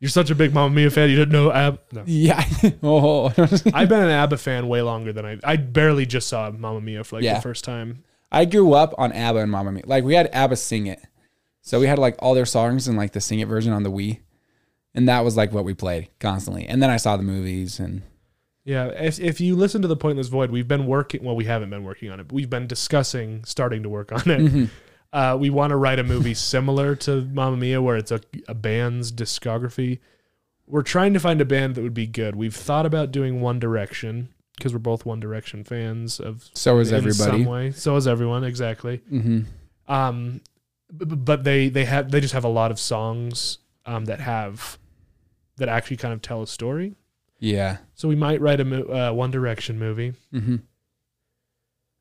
S1: you're such a big Mamma Mia fan. You didn't know Ab. No.
S2: Yeah. oh.
S1: I've been an ABBA fan way longer than I. I barely just saw Mamma Mia for like
S2: Yeah.
S1: the first time.
S2: I grew up on ABBA and Mamma Mia. Like we had ABBA sing it. So we had like all their songs and like the sing it version on the Wii. And that was like what we played constantly. And then I saw the movies and
S1: Yeah, if if you listen to the pointless void, we've been working. Well, we haven't been working on it, but we've been discussing starting to work on it. Uh, we want to write a movie similar to Mamma Mia, where it's a a band's discography. We're trying to find a band that would be good. We've thought about doing One Direction because we're both One Direction fans of
S2: so was
S1: in some
S2: everybody.
S1: way. So is everyone exactly.
S2: Mm-hmm.
S1: Um, b- b- but they they have they just have a lot of songs um, that have that actually kind of tell a story.
S2: Yeah.
S1: So we might write a mo- uh, One Direction movie.
S2: hmm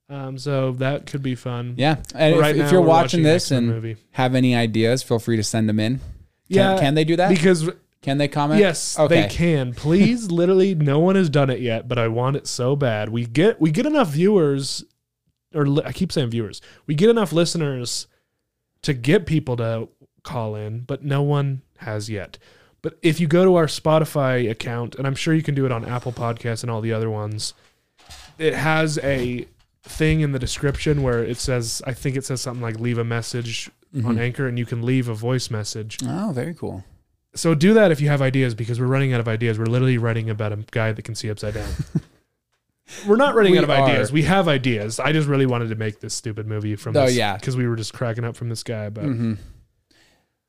S1: Um, so that could be fun.
S2: Yeah.
S1: But
S2: And if,
S1: right
S2: if
S1: now
S2: you're
S1: we're
S2: watching,
S1: an
S2: this
S1: X-Men
S2: and
S1: movie.
S2: have any ideas, feel free to send them in. Can,
S1: yeah,
S2: Can they do that?
S1: because
S2: can they comment?
S1: yes,
S2: Okay.
S1: they can. Please, literally, no one has done it yet, but I want it so bad. We get we get enough viewers, or li- I keep saying viewers. We get enough listeners to get people to call in, but no one has yet. But if you go to our Spotify account, and I'm sure you can do it on Apple Podcasts and all the other ones, it has a thing in the description where it says, I think it says something like leave a message
S2: Mm-hmm.
S1: on Anchor, and you can leave a voice message.
S2: Oh, very cool.
S1: So do that if you have ideas because we're running out of ideas. We're literally writing about a guy that can see upside down. we're not running
S2: We
S1: out of ideas.
S2: are.
S1: We have ideas. I just really wanted to make this stupid movie from
S2: Oh,
S1: this
S2: yeah.
S1: because we were just cracking up from this guy but,
S2: hmm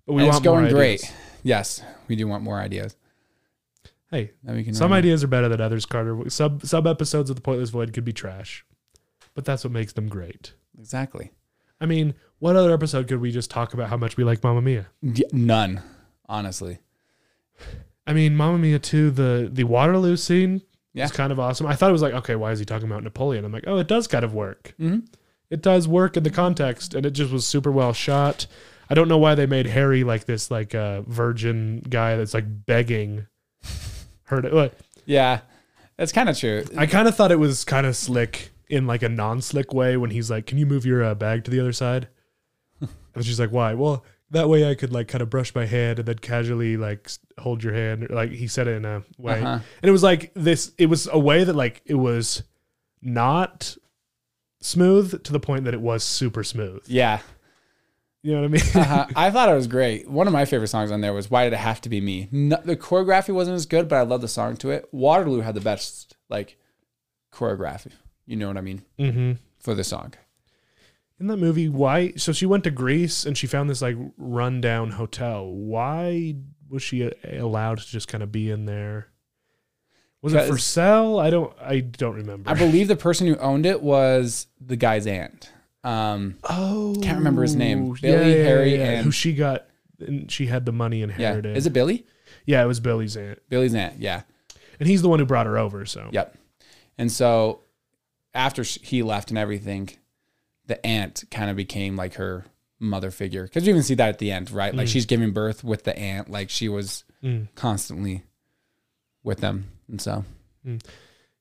S1: but we
S2: it's
S1: want more
S2: going great.
S1: ideas.
S2: Yes. We do want more ideas.
S1: Hey,
S2: That we can
S1: some
S2: run.
S1: ideas are better than others, Carter. Sub sub episodes of the Pointless Void could be trash. But that's what makes them great.
S2: Exactly.
S1: I mean, what other episode could we just talk about how much we like Mamma Mia?
S2: Yeah, none, honestly.
S1: I mean, Mamma Mia 2, the the Waterloo scene
S2: Yeah.
S1: is kind of awesome. I thought it was like, okay, why is he talking about Napoleon? I'm like, oh, it does kind of work.
S2: Mhm.
S1: It does work in the context, and it just was super well shot. I don't know why they made Harry like this, like uh, virgin guy that's like begging her. To, like,
S2: Yeah. That's kind of true.
S1: I kind of thought it was kind of slick in like a non-slick way when he's like, "Can you move your uh, bag to the other side?" and she's like, "Why?" Well, that way I could like kind of brush my hand and then casually like s- hold your hand. Like he said it in a way,
S2: Uh-huh.
S1: and it was like this. It was a way that like it was not smooth to the point that it was super smooth.
S2: Yeah.
S1: You know what I mean?
S2: Uh, I thought it was great. One of my favorite songs on there was "Why Did It Have to Be Me." No, the choreography wasn't as good, but I love the song to it. Waterloo had the best like choreography. You know what I mean
S1: mm-hmm.
S2: for the song.
S1: In that movie, why? So she went to Greece and she found this like rundown hotel. Why was she a- allowed to just kind of be in there? Was it for
S2: Because-
S1: sale? I don't. I don't remember.
S2: I believe the person who owned it was the guy's aunt. Um,
S1: Oh,
S2: Can't remember his name. Billy, Harry, and-
S1: who she got, and she had the money
S2: yeah,
S1: inherited. Yeah,
S2: is it Billy?
S1: it was Billy's aunt,
S2: Billy's aunt. Yeah,
S1: and he's the one who brought her over. So
S2: yep. And so after sh- he left and everything, the aunt kind of became like her mother figure because you even see that at the end, right? Like she's giving birth with the aunt, like she was
S1: Mm.
S2: constantly with them, and so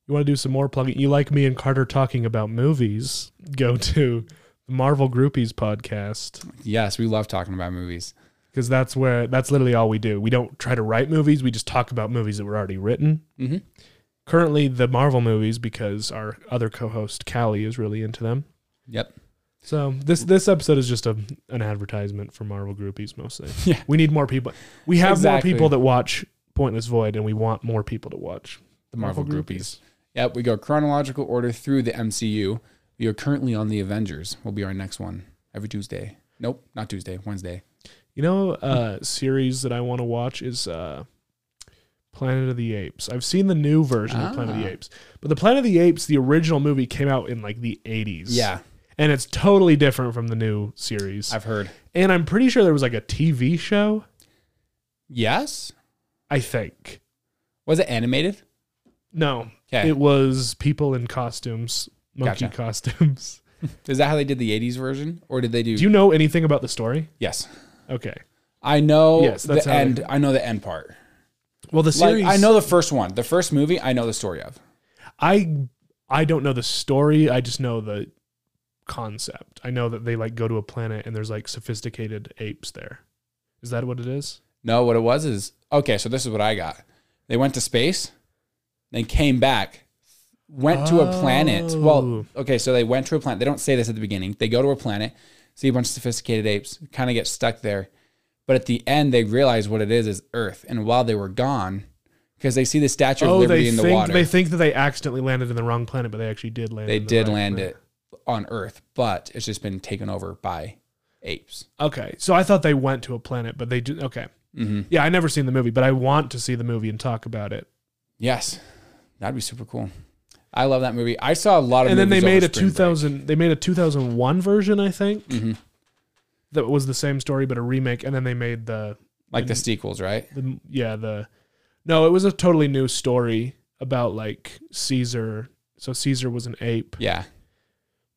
S1: you want to do some more plugging? You like me and Carter talking about movies? Go to the Marvel Groupies podcast
S2: yes, we love talking about movies.
S1: because that's where that's literally all we do. We don't try to write movies. We just talk about movies that were already written.
S2: Mhm.
S1: Currently, the Marvel movies because our other co-host Callie is really into them.
S2: Yep.
S1: So this this episode is just a an advertisement for Marvel groupies mostly.
S2: Yeah.
S1: We need more people. We have
S2: Exactly.
S1: more people that watch Pointless Void, and we want more people to watch
S2: The Marvel, groupies. Yep, we go chronological order through the MCU. We are currently on the Avengers. Will be our next one every Tuesday. Nope, not Tuesday. Wednesday.
S1: You know, uh, series that I want to watch is uh, Planet of the Apes. I've seen the new version of Planet of the
S2: Ah.
S1: Apes, but the Planet of the Apes, the original movie, came out in like the eighties.
S2: Yeah,
S1: and it's totally different from the new series.
S2: I've heard.
S1: and I'm pretty sure there was like a TV show.
S2: Yes.
S1: I think
S2: Was it animated?
S1: no,
S2: Okay.
S1: it was people in costumes, monkey
S2: Gotcha.
S1: costumes.
S2: Is that how they did the '80s version, or did they do?
S1: Do you know anything about the story?
S2: yes,
S1: Okay.
S2: I know
S1: Yes, that's
S2: the
S1: how they-
S2: end. I know the end part.
S1: Well, the
S2: Like,
S1: series
S2: I know the first one, the first movie. I know the story of.
S1: I I don't know the story. I just know the concept. I know that they like go to a planet and there's like sophisticated apes there. Is that what it is?
S2: No, what it was is okay. So this is what I got. They went to space, then came back, went to a planet.
S1: Oh.
S2: Well, okay, so they went to a planet. They don't say this at the beginning. They go to a planet, see a bunch of sophisticated apes, kind of get stuck there. But at the end, they realize what it is is Earth. And while they were gone, because they see the Statue of
S1: Oh,
S2: Liberty
S1: they
S2: in the
S1: think
S2: water,
S1: they think that they accidentally landed in the wrong planet, but they actually did land.
S2: they
S1: in the
S2: did
S1: right
S2: land
S1: planet.
S2: it on Earth, but it's just been taken over by apes.
S1: Okay, so I thought they went to a planet, but they did. Okay,
S2: Mhm.
S1: yeah, I never seen the movie, but I want to see the movie and talk about it.
S2: Yes, that'd be super cool. I love that movie. I saw a lot of.
S1: And then they
S2: movies over
S1: made a
S2: spring break.
S1: 2000. They made a 2001 version, I think.
S2: Mm-hmm.
S1: That was the same story, but a remake. And then they made the
S2: like the sequels, right?
S1: the yeah the no it was a totally new story about like caesar so caesar was an ape
S2: Yeah.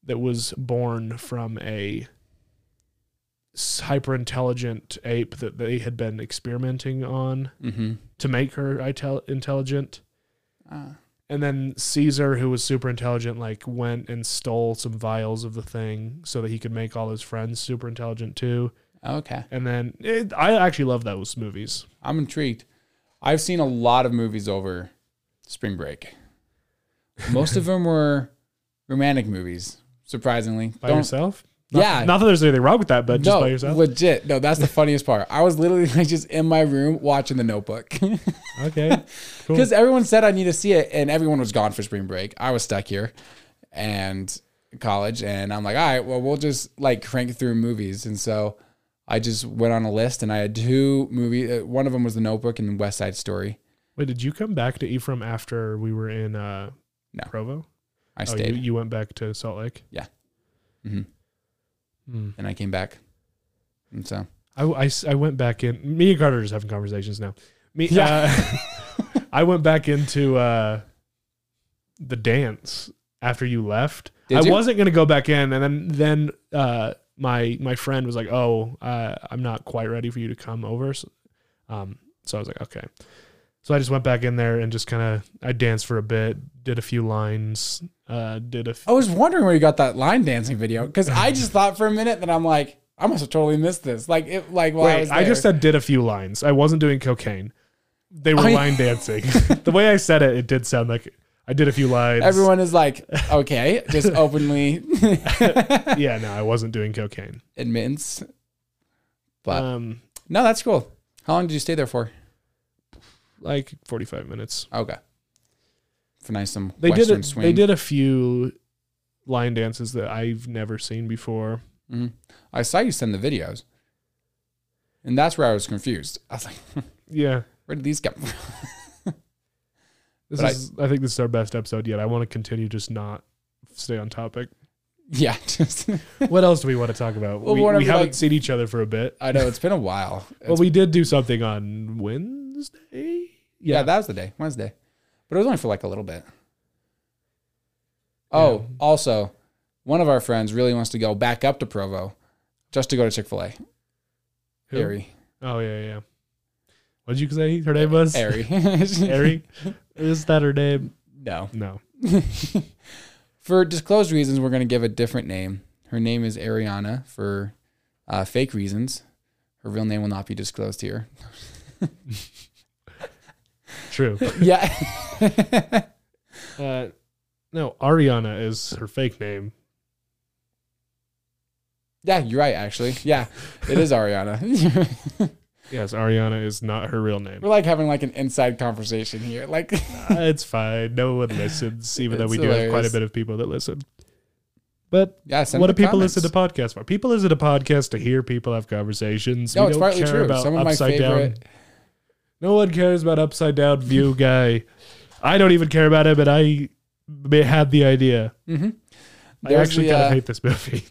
S1: that was born from a hyper intelligent ape that they had been experimenting on
S2: Mm-hmm.
S1: to make her itel- intelligent
S2: Uh,
S1: and then caesar who was super intelligent like went and stole some vials of the thing so that he could make all his friends super intelligent too
S2: okay.
S1: and then it, i actually love those movies
S2: I'm intrigued. I've seen a lot of movies over spring break. Most of them were romantic movies, surprisingly.
S1: by
S2: Don't-
S1: yourself Not-
S2: Yeah.
S1: not that there's anything wrong with that but just
S2: no,
S1: by yourself
S2: legit. No, that's the funniest part. I was literally like just in my room watching The Notebook because
S1: Okay. Cool.
S2: everyone said I need to see it, and everyone was gone for spring break. I was stuck here, and college, and I'm like, all right, well, we'll just like crank through movies, and so I just went on a list, and I had two movies. One of them was The Notebook and West Side Story.
S1: Wait, did you come back to Ephraim after we were in uh
S2: No.
S1: Provo?
S2: I
S1: oh,
S2: stayed.
S1: You, you went back to Salt Lake?
S2: Yeah. Mhm.
S1: Hmm.
S2: and I came back. And so
S1: I, I s- I went back in. Me and Carter are just having conversations now. Me, uh, I went back into uh, the dance after you left.
S2: Did
S1: I
S2: you?
S1: wasn't gonna go back in, and then then uh, my my friend was like, "Oh, uh, I'm not quite ready for you to come over." So, um, so I was like, "Okay." So I just went back in there and just kind of I danced for a bit, did a few lines, uh, did a f-
S2: I was wondering where you got that line dancing video because I just thought for a minute that I'm like, I must have totally missed this. Like it, like while Oh, I was
S1: Wait,
S2: there.
S1: I, just said did a few lines. I wasn't doing cocaine. They were
S2: Oh, yeah.
S1: line dancing. the way I said it, it did sound like I did a few lines.
S2: everyone is like, okay, just openly
S1: yeah, no, I wasn't doing cocaine.
S2: admits. But
S1: Um,
S2: no, that's cool. How long did you stay there for?
S1: like forty-five minutes.
S2: Okay, for nice some
S1: They
S2: Western
S1: did. A,
S2: swing.
S1: they did a few line dances that I've never seen before.
S2: Mhm. I saw you send the videos, and that's where I was confused. I was like,
S1: Yeah,
S2: where did these come from?
S1: this
S2: But I-
S1: is. I, think this is our best episode yet. I want to continue, just not stay on topic.
S2: Yeah, just
S1: What else do we want to talk about? we
S2: one
S1: we
S2: of,
S1: haven't
S2: like-
S1: seen each other for a bit.
S2: I know it's been a while.
S1: Well, we did do something on Wednesday.
S2: yeah. that was the day, Wednesday, but it was only for like a little bit. Oh, also, one of our friends really wants to go back up to Provo just to go to Chick Fil A.
S1: Who?
S2: Harry,
S1: Oh yeah, yeah. What did you say? Her name was
S2: Harry,
S1: Harry. Is that her name?
S2: No,
S1: No.
S2: for disclosed reasons, we're going to give a different name. Her name is Ariana for uh, fake reasons. Her real name will not be disclosed here.
S1: True.
S2: Yeah,
S1: Uh, no, Ariana is her fake name.
S2: yeah, you're right. Actually, yeah, it is Ariana.
S1: Yes, Ariana is not her real name.
S2: we're like having like an inside conversation here. Like,
S1: Uh, it's fine. No one listens, even though we
S2: It's
S1: do have quite a
S2: hilarious.
S1: bit of people that listen. But
S2: yeah, send
S1: what do
S2: the
S1: people
S2: comments.
S1: listen to podcasts for? People listen to podcasts to hear people have conversations.
S2: No,
S1: we
S2: it's
S1: don't
S2: partly
S1: care
S2: true.
S1: about
S2: Some of my
S1: upside down.
S2: favorite.
S1: No one cares about upside down view guy. I don't even care about him, and I may- had the idea. I
S2: There's
S1: actually
S2: the,
S1: kind of
S2: uh,
S1: hate this movie.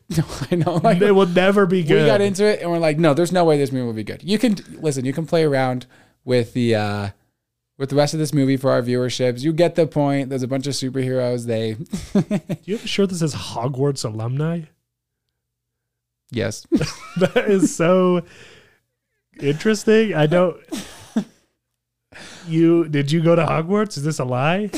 S2: I know. Like,
S1: it will never be good.
S2: we got into it and we're like, no, there's no way this movie will be good. You can listen, you can play around with the uh with the rest of this movie for our viewerships. You get the point. There's a bunch of superheroes. They
S1: you have a shirt that says Hogwarts alumni?
S2: Yes.
S1: that is so interesting. I don't. You did you go to Hogwarts? Is this a lie?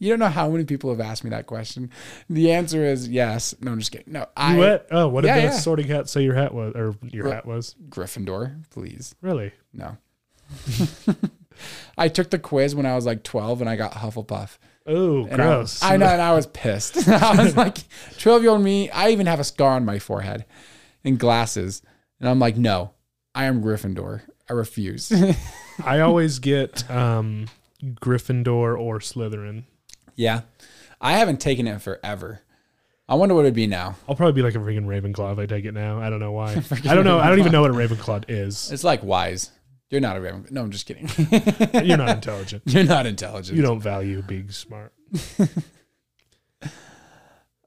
S2: you don't know how many people have asked me that question. The answer is yes. No, I'm just kidding. No, I
S1: You went. Oh, what did
S2: Yeah,
S1: the
S2: yeah.
S1: sorting hat say your hat was, or your
S2: Right.
S1: hat was?
S2: Gryffindor, please.
S1: Really?
S2: No. I took the quiz when I was like 12 and I got Hufflepuff.
S1: Oh,
S2: And I was-
S1: gross.
S2: I know, and I was pissed. I was like, 12 year old me, I even have a scar on my forehead and glasses. And I'm like, no, I am Gryffindor. I refuse.
S1: I always get um, Gryffindor or Slytherin.
S2: yeah. I haven't taken it forever. I wonder what it'd be now.
S1: I'll probably be like a freaking Ravenclaw if I take it now. I don't know why. I don't know. I don't even know what a Ravenclaw is.
S2: It's like wise. You're not a Ravenclaw. No, I'm just kidding.
S1: You're not intelligent.
S2: You're not intelligent.
S1: You don't value being smart.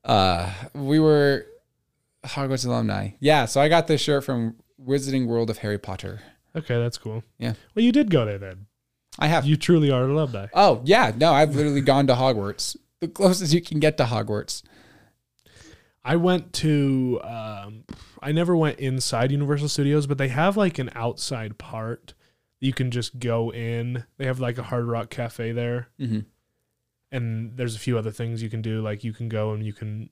S2: uh we were Hogwarts alumni. Yeah, so I got this shirt from Wizarding World of Harry Potter.
S1: Okay, that's cool.
S2: Yeah.
S1: Well, you did go there then.
S2: I have
S1: You truly are an alumni.
S2: Oh yeah, no, I've literally gone to Hogwarts, the closest you can get to Hogwarts.
S1: I went to um, I never went inside Universal Studios, but they have like an outside part you can just go in. They have like a Hard Rock Cafe there,
S2: Mhm.
S1: and there's a few other things you can do. Like you can go and you can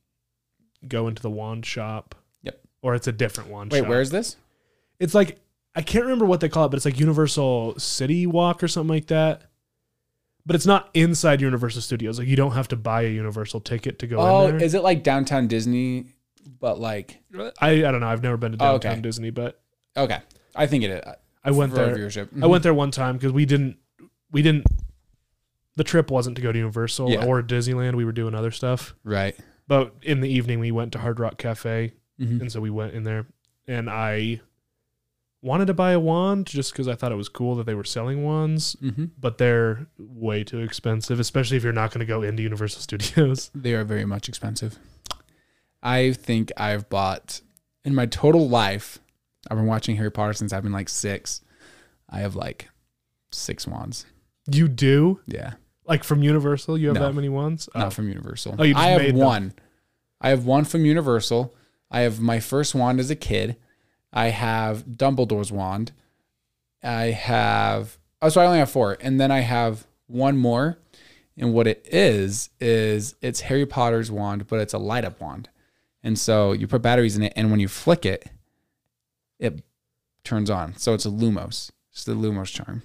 S1: go into the wand shop.
S2: Yep.
S1: Or it's a different wand.
S2: Wait,
S1: shop.
S2: where is this?
S1: it's like I can't remember what they call it, but it's like Universal City Walk or something like that. But it's not inside Universal Studios. Like you don't have to buy a Universal ticket to go
S2: Oh,
S1: in there.
S2: is it like downtown Disney? But like,
S1: I, I don't know. I've never been to
S2: Oh,
S1: downtown
S2: okay.
S1: Disney, but
S2: okay, I think it is.
S1: I went
S2: For Mhm. our
S1: there.
S2: viewership.
S1: I went there one time because we didn't we didn't the trip wasn't to go to Universal
S2: Yeah.
S1: or Disneyland. We were doing other stuff.
S2: Mm-hmm. right.
S1: But in the evening we went to Hard Rock Cafe
S2: Mhm.
S1: and so we went in there and I wanted to buy a wand just because I thought it was cool that they were selling wands,
S2: Mhm.
S1: but they're way too expensive, especially if you're not going to go into Universal Studios.
S2: They are very much expensive. I think I've bought in my total life. I've been watching Harry Potter since I've been like six. I have like six wands.
S1: you do?
S2: Yeah,
S1: Like from Universal, you have
S2: No.
S1: that many wands? Oh.
S2: not from Universal.
S1: Oh, you just
S2: I have
S1: made them.
S2: one. I have one from Universal. I have my first wand as a kid. I have Dumbledore's wand. I have oh, so I only have four, and then I have one more. And what it is is it's Harry Potter's wand, but it's a light up wand. And so you put batteries in it, and when you flick it, it turns on. So it's a Lumos. It's the Lumos charm.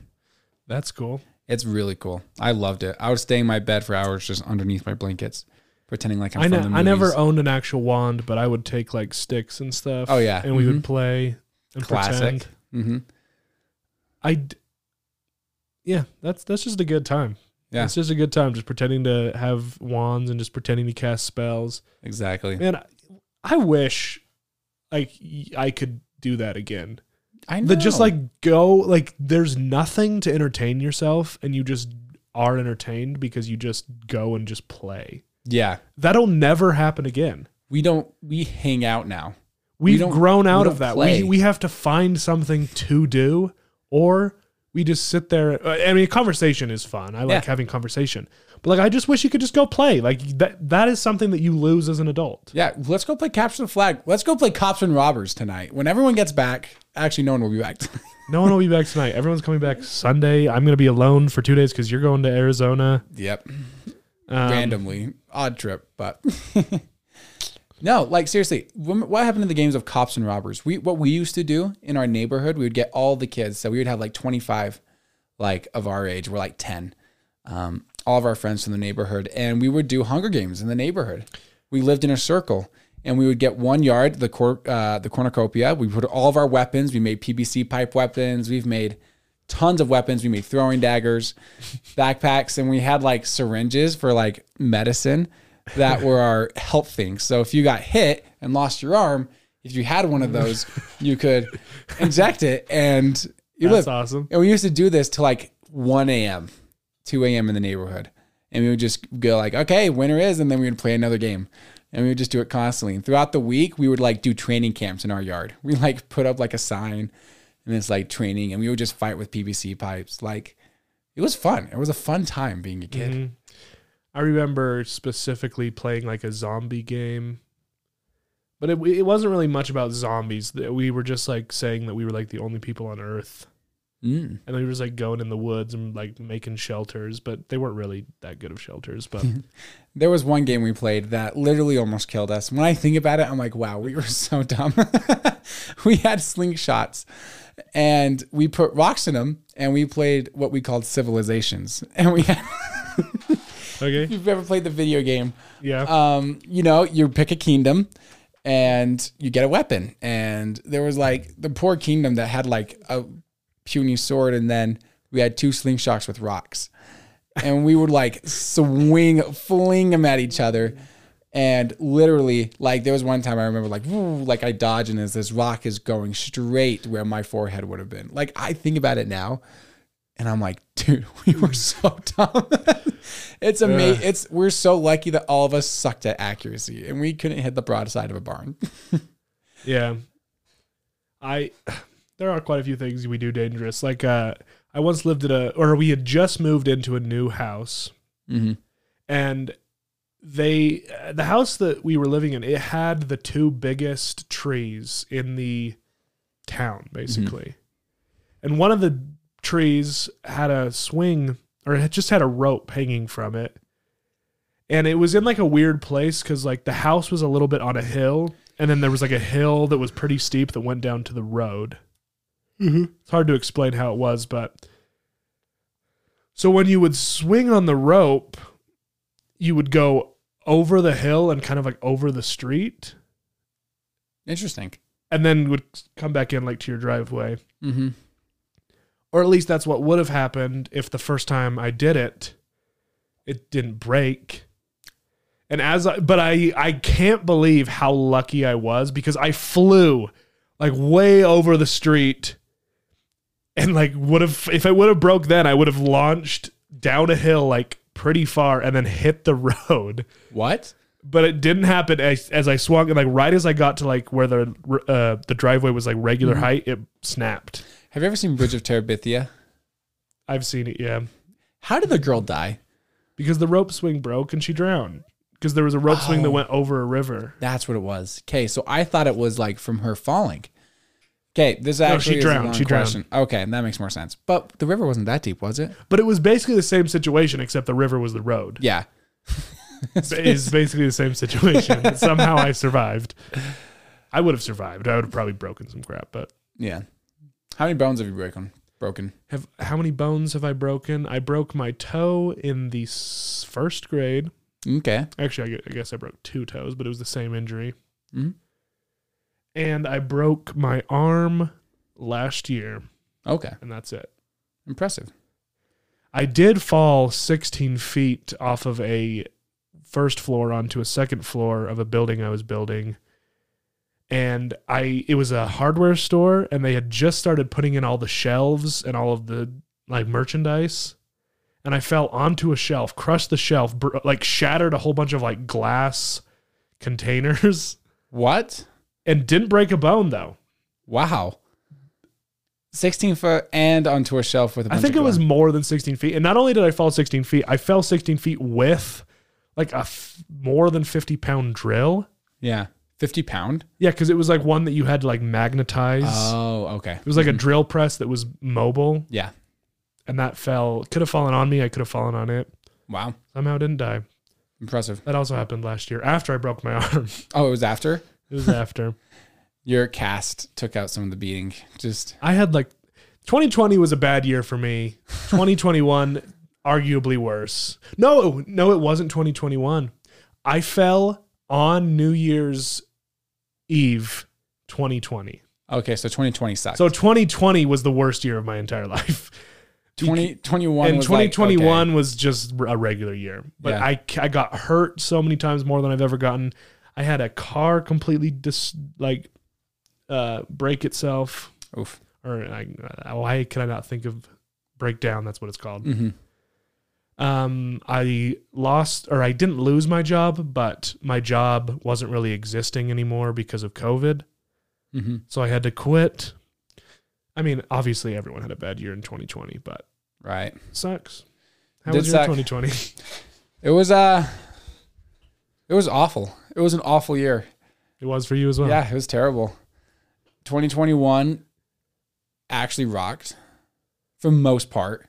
S1: That's cool.
S2: It's really cool. I loved it. I would stay in my bed for hours just underneath my blankets, pretending like I'm
S1: I,
S2: from
S1: ne-
S2: the
S1: I never
S2: movies.
S1: owned an actual wand, but I would take like sticks and stuff.
S2: Oh, yeah.
S1: and we
S2: Mhm.
S1: would play and
S2: Classic.
S1: pretend.
S2: hmm
S1: I, d- yeah, that's that's just a good time.
S2: Yeah.
S1: it's just a good time, just pretending to have wands and just pretending to cast spells.
S2: Exactly.
S1: Man, I, I wish, like, y- I could do that again.
S2: I
S1: That just like go like there's nothing to entertain yourself, and you just are entertained because you just go and just play.
S2: Yeah.
S1: That'll never happen again.
S2: We don't, we hang out now.
S1: We've
S2: don't-
S1: grown
S2: we
S1: out
S2: don't
S1: of that.
S2: play.
S1: We, we have to find something to do, or we just sit there. uh, I mean, conversation is fun. I like
S2: Yeah.
S1: having conversation, but like I just wish you could just go play. Like that that is something that you lose as an adult.
S2: Yeah, let's go play capture the flag. Let's go play cops and robbers tonight. When everyone gets back, actually, no one will be back.
S1: No one will be back tonight. Everyone's coming back Sunday. I'm gonna be alone for two days because you're going to Arizona.
S2: yep,
S1: Um,
S2: randomly, odd trip, but no, like seriously, rem- what happened to the games of cops and robbers? We what we used to do in our neighborhood, we would get all the kids. So we would have like twenty five, like of our age, we're like ten, um, all of our friends from the neighborhood, and we would do Hunger Games in the neighborhood. We lived in a circle. And we would get one yard, the cor- uh, the cornucopia. We put all of our weapons. We made PVC pipe weapons. We've made tons of weapons. We made throwing daggers, backpacks, and we had like syringes for like medicine that were our help things. So if you got hit and lost your arm, if you had one of those, you could inject it and you
S1: That's
S2: live.
S1: awesome.
S2: And we used to do this till like 1 a.m., 2 a.m. in the neighborhood. And we would just go like, okay, winter is, and then we would play another game. And we would just do it constantly. And throughout the week, we would like do training camps in our yard. We like put up like a sign and it's like training and we would just fight with PVC pipes. Like it was fun. It was a fun time being a kid.
S1: Mm-hmm. I remember specifically playing like a zombie game, but it, it wasn't really much about zombies. Th- We were just like saying that we were like the only people on Earth,
S2: Mm.
S1: and we were just like going in the woods and like making shelters, but they weren't really that good of shelters. But
S2: There was one game we played that literally almost killed us. When I think about it, I'm like, wow, we were so dumb. we had slingshots and we put rocks in them and we played what we called civilizations. And we had, if
S1: okay,
S2: you've ever played the video game,
S1: yeah,
S2: um, you know, you pick a kingdom and you get a weapon. And there was like the poor kingdom that had like a puny sword, and then we had two slingshots with rocks. And we would like swing, fling them at each other. And literally, like there was one time I remember, like, woo, like I dodge and as this rock is going straight where my forehead would have been. Like I think about it now, and I'm like, dude, we were so dumb. it's amazing. It's we're so lucky that all of us sucked at accuracy, and we couldn't hit the broadside of a barn.
S1: yeah. I there are quite a few things we do dangerous. Like uh, I once lived at a, or we had just moved into a new house,
S2: Mm-hmm.
S1: and they uh, the house that we were living in it had the two biggest trees in the town basically and one of the trees had a swing or it just had a rope hanging from it and it was in like a weird place because like the house was a little bit on a hill and then there was like a hill that was pretty steep that went down to the road it's hard to explain how it was but so when you would swing on the rope you would go over the hill and kind of like over the street
S2: Interesting.
S1: and then would come back in like to your driveway
S2: Mm-hmm.
S1: or at least that's what would have happened if the first time I did it it didn't break and as I but I I can't believe how lucky I was because I flew like way over the street and like would have if I would have broke then I would have launched down a hill like pretty far and then hit the road
S2: What?
S1: but it didn't happen as, as I swung and like right as I got to like where the uh, the driveway was like regular height, it snapped.
S2: Have you ever seen Bridge of Terabithia?
S1: I've seen it, yeah,
S2: How did the girl die?
S1: because the rope swing broke and she drowned because there was a rope swing that went over a river.
S2: That's what it was. Okay, so I thought it was like from her falling. Okay, this
S1: she
S2: actually is a
S1: drowned.
S2: long
S1: She drowned.
S2: question. Okay, and that makes more sense. But the river wasn't that deep, was it?
S1: But it was basically the same situation except the river was the road.
S2: Yeah.
S1: It's basically the same situation. but Somehow I survived. I would have survived. I would have probably broken some crap, but
S2: Yeah. How many bones have you broken? Broken.
S1: have how many bones have I broken? I broke my toe in the s- first grade.
S2: Okay.
S1: actually, I gue- I guess I broke two toes, but it was the same injury.
S2: Mhm.
S1: And I broke my arm last year,
S2: Okay.
S1: and that's it.
S2: Impressive.
S1: I did fall 16 feet off of a first floor onto a second floor of a building I was building. And I it was a hardware store and they had just started putting in all the shelves and all of the like merchandise. and I fell onto a shelf, crushed the shelf, br- like shattered a whole bunch of like glass containers,
S2: What?
S1: and didn't break a bone though.
S2: Wow. 16 foot and onto a shelf with a bunch
S1: I think it
S2: of
S1: was
S2: glass.
S1: more than 16 feet. And not only did I fall 16 feet, I fell 16 feet with like a f- more than 50 pound drill.
S2: Yeah. 50 pound?
S1: Yeah, because it was like one that you had to like magnetize.
S2: Oh, okay.
S1: it was like a drill press that was mobile,
S2: Yeah.
S1: and that fell. Could have fallen on me. I could have fallen on it.
S2: Wow.
S1: Somehow didn't die.
S2: Impressive.
S1: That also happened last year after I broke my arm.
S2: Oh, it was after?
S1: It was after.
S2: Your cast took out some of the beating. Just
S1: I had like 2020 was a bad year for me. 2021 arguably worse. No, no it wasn't 2021. I fell on New Year's Eve 2020.
S2: okay. So 2020 sucked.
S1: So 2020 was the worst year of my entire life.
S2: 2021
S1: And
S2: was like,
S1: 2021
S2: okay.
S1: was just a regular year. But
S2: Yeah.
S1: I, I got hurt so many times more than I've ever gotten. I had a car completely dis, like uh break itself
S2: Oof.
S1: or I, uh, why can I not think of breakdown? That's what it's called.
S2: hmm
S1: Um, I lost, or I didn't lose my job, but my job wasn't really existing anymore because of COVID.
S2: hmm
S1: So I had to quit. I mean, obviously everyone had a bad year in 2020, but
S2: Right.
S1: it sucks. How
S2: Did
S1: was your
S2: suck.
S1: 2020?
S2: It was, uh, it was awful. It was an awful year.
S1: it was for you as well.
S2: Yeah, it was terrible. 2021 actually rocked for most part.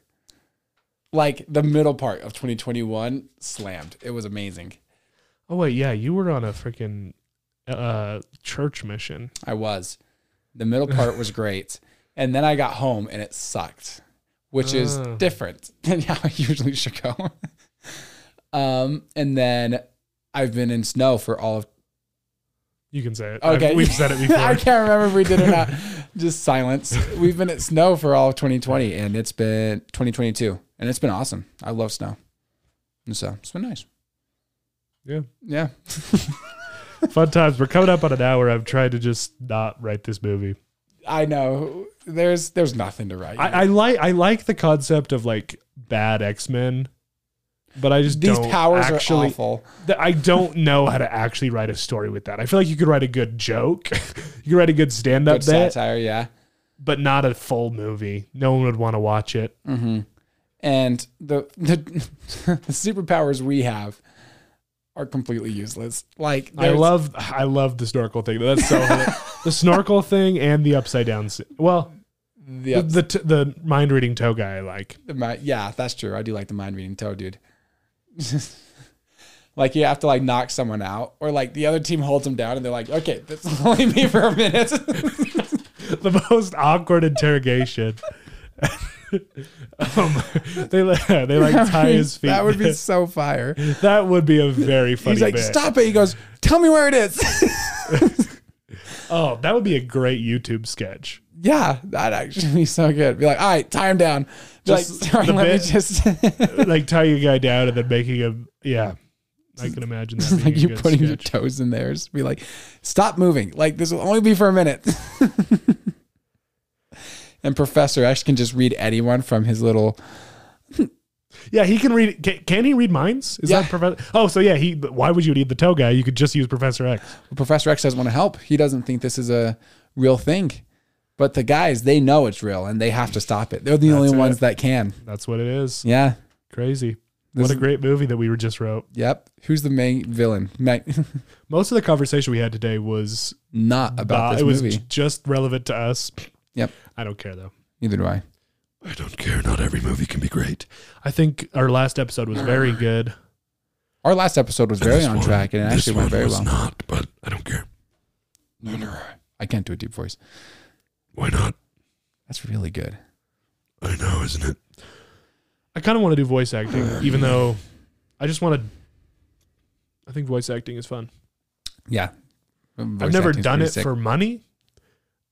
S2: Like the middle part of 2021 slammed. It was amazing.
S1: Oh wait, yeah, you were on a freaking uh church mission.
S2: I was. The middle part was great. And then I got home and it sucked, which is
S1: Oh.
S2: different than how I usually should go. um, and then I've been in snow for all of.
S1: You can say it. I've-
S2: Okay.
S1: we've said it before.
S2: I can't remember if we did or not. Just silence. We've been at snow for all of 2020 and it's been 2022 and it's been awesome. I love snow. And so it's been nice.
S1: Yeah.
S2: Yeah.
S1: Fun times. We're coming up on an hour. I've tried to just not write this movie.
S2: I know. There's there's nothing to write.
S1: I, I like I like the concept of like bad X Men, but I just
S2: These
S1: don't
S2: powers are
S1: actually.
S2: awful.
S1: th- I don't know how to actually write a story with that. I feel like you could write a good joke, you could write a good stand up
S2: Good
S1: bit,
S2: satire, yeah.
S1: but not a full movie. No one would want to watch it.
S2: Mm-hmm. And the the, the superpowers we have are completely useless. Like
S1: I
S2: there's-
S1: love I love the snorkel thing. That's so the snorkel thing and the upside down. s- Well,
S2: the,
S1: the the, t- the mind reading toe guy. I like
S2: the mi- yeah, that's true. I do like the mind reading toe, dude. like you have to like knock someone out, or like the other team holds them down, and they're like, "Okay, that's only me for a minute."
S1: the most awkward interrogation. um, they li- they like tie his feet.
S2: That would be so fire.
S1: That would be a very funny
S2: He's like,
S1: bit.
S2: "Stop it!" He goes, "Tell me where it is."
S1: Oh, that would be a great YouTube sketch.
S2: yeah, that'd actually be so good. Be like, "All right, tie him down." Be like,
S1: Just
S2: "Sorry,
S1: the
S2: let
S1: bit-
S2: me just."
S1: like tying a guy down and then making him. Yeah, I can imagine that. Being
S2: like
S1: a
S2: you
S1: good
S2: putting your
S1: sketch.
S2: toes in theirs. Be like, stop moving. Like this will only be for a minute. and Professor X can just read anyone from his little.
S1: yeah, he can read. Can, can he read minds? Is
S2: Yeah.
S1: that Professor? Oh, so yeah. He. Why would you need the toe guy? You could just use Professor X.
S2: Professor X doesn't want to help. He doesn't think this is a real thing. But the guys, they know it's real and they have to stop it. They're the only
S1: it.
S2: ones that can.
S1: That's what it is.
S2: Yeah.
S1: Crazy.
S2: This
S1: What a
S2: is-
S1: great movie that we were just wrote.
S2: Yep. Who's the main villain? Ma-
S1: Most of the conversation we had today was
S2: Not about
S1: uh,
S2: this
S1: it was
S2: movie.
S1: j- just relevant to us.
S2: Yep.
S1: I don't care though.
S2: Neither do I.
S1: I don't care. Not every movie can be great. I think our last episode was very good.
S2: Our last episode was very on track and it actually went very well.
S3: not, but I don't care.
S2: I can't do a deep voice.
S3: Why not?
S2: That's really good.
S3: I know, isn't it?
S1: I kind of want to do voice acting, even though I just want to. I think voice acting is fun.
S2: Yeah.
S1: I've
S2: Voice
S1: never
S2: acting's
S1: done
S2: pretty
S1: it
S2: sick.
S1: for money,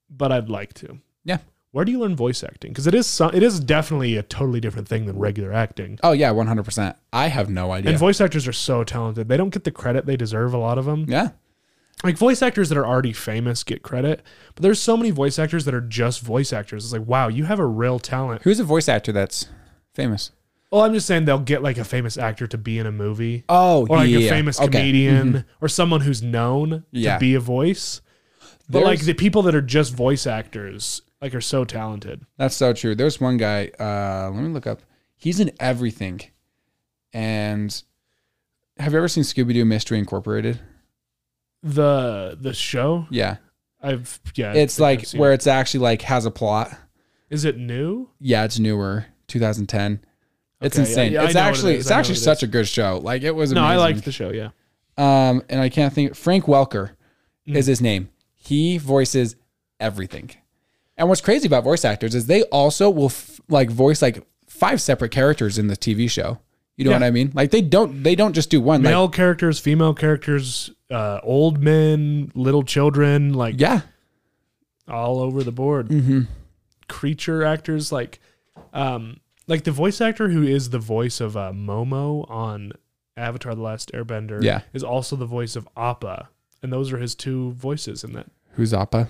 S1: but I'd like to.
S2: Yeah.
S1: Where do you learn voice acting? Because it is so, it is definitely a totally different thing than regular acting.
S2: Oh yeah, one hundred percent. I have no idea.
S1: And voice actors are so talented; they don't get the credit they deserve. A lot of them,
S2: yeah,
S1: like voice actors that are already famous, get credit. But there's so many voice actors that are just voice actors. It's like, wow, you have a real talent.
S2: who's a voice actor that's famous?
S1: Well, I'm just saying they'll get like a famous actor to be in a movie,
S2: Oh,
S1: or like
S2: yeah.
S1: a famous
S2: okay. Mm-hmm.
S1: comedian, or someone who's known
S2: Yeah.
S1: to be a voice. But like
S2: There's-
S1: the people that are just voice actors, like are so talented.
S2: That's so true. There's one guy. Uh, let me look up. He's in everything. And have you ever seen Scooby Doo Mystery Incorporated?
S1: The the show,
S2: Yeah,
S1: I've yeah, I
S2: it's
S1: think I've
S2: like
S1: seen
S2: where
S1: it.
S2: it's actually like has a plot.
S1: is it new?
S2: Yeah, it's newer, 2010. It's
S1: Okay, yeah,
S2: insane.
S1: yeah, I
S2: it's
S1: know what it
S2: actually
S1: is.
S2: it's
S1: I know
S2: actually
S1: what it
S2: such a good show. Like it was.
S1: No, I
S2: amazing.
S1: liked the show. Yeah,
S2: Um, and I can't think. Frank Welker
S1: Mm.
S2: is his name. He voices everything. And what's crazy about voice actors is they also will f- like voice like five separate characters in the TV show. You know
S1: Yeah.
S2: what I mean? Like they don't they don't just do one. Like,
S1: male characters, female characters, uh, old men, little children, like
S2: yeah,
S1: all over the board.
S2: Mm-hmm.
S1: Creature actors, like, um, like the voice actor who is the voice of uh, Momo on Avatar: The Last Airbender,
S2: Yeah.
S1: is also the voice of Appa, and those are his two voices in that.
S2: who's Appa?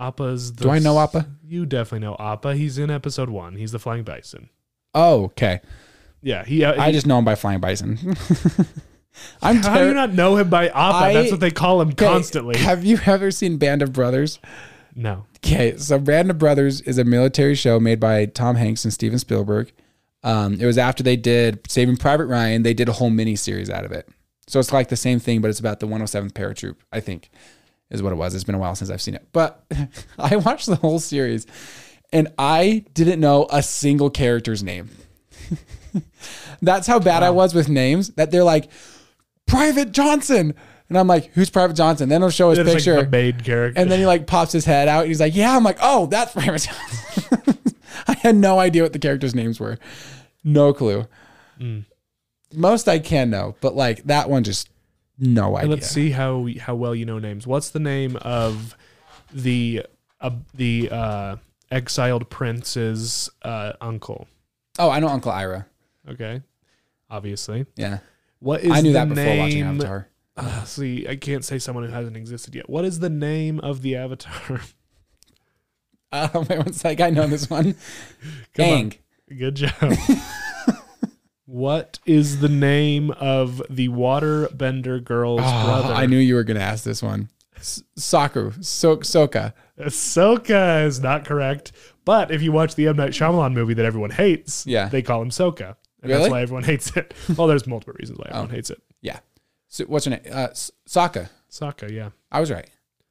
S1: Appa's. The
S2: Do I know Appa?
S1: You definitely know Appa. He's in episode one. He's the flying bison.
S2: Oh, okay.
S1: Yeah, he. Uh,
S2: I just know him by Flying Bison. I'm
S1: how do you
S2: ter-
S1: not know him by Appa?
S2: I-
S1: That's what they call him
S2: Okay,
S1: constantly.
S2: Have you ever seen Band of Brothers?
S1: No.
S2: Okay, so Band of Brothers is a military show made by Tom Hanks and Steven Spielberg. Um, it was after they did Saving Private Ryan, they did a whole mini series out of it. So it's like the same thing, but it's about the 107th paratroop, I think, is what it was. It's been a while since I've seen it. But I watched the whole series and I didn't know a single character's name. That's how bad I was with names that they're like, Private Johnson. And I'm like, who's Private Johnson? Then it'll show his
S1: It's
S2: picture.
S1: like the main character.
S2: And then he like pops his head out and he's like, Yeah, I'm like, oh, that's Raymond Johnson. I had no idea what the characters' names were. No clue.
S1: Mm.
S2: Most I can know, but like that one just no idea.
S1: Let's see how how well you know names. What's the name of the uh, the uh, exiled prince's uh, uncle?
S2: Oh, I know Uncle Ira.
S1: Okay, obviously.
S2: Yeah.
S1: What is
S2: I knew
S1: the
S2: that before
S1: name,
S2: watching Avatar.
S1: Uh, see, I can't say someone who hasn't existed yet. What is the name of the avatar?
S2: Um, everyone's like, I know this one.
S1: Come
S2: Aang.
S1: on, good job. what is the name of the waterbender girl's
S2: Oh,
S1: brother?
S2: I knew you were gonna ask this one. S- Saku. So- Soka.
S1: Ahsoka is not correct. But if you watch the M Night Shyamalan movie that everyone hates,
S2: Yeah.
S1: they call him Soka, and
S2: Really? Oh.
S1: that's why everyone hates it. Well, there's multiple reasons why everyone hates it.
S2: Yeah. So, what's her name? Uh, S- Sokka.
S1: Soka, yeah.
S2: I was right.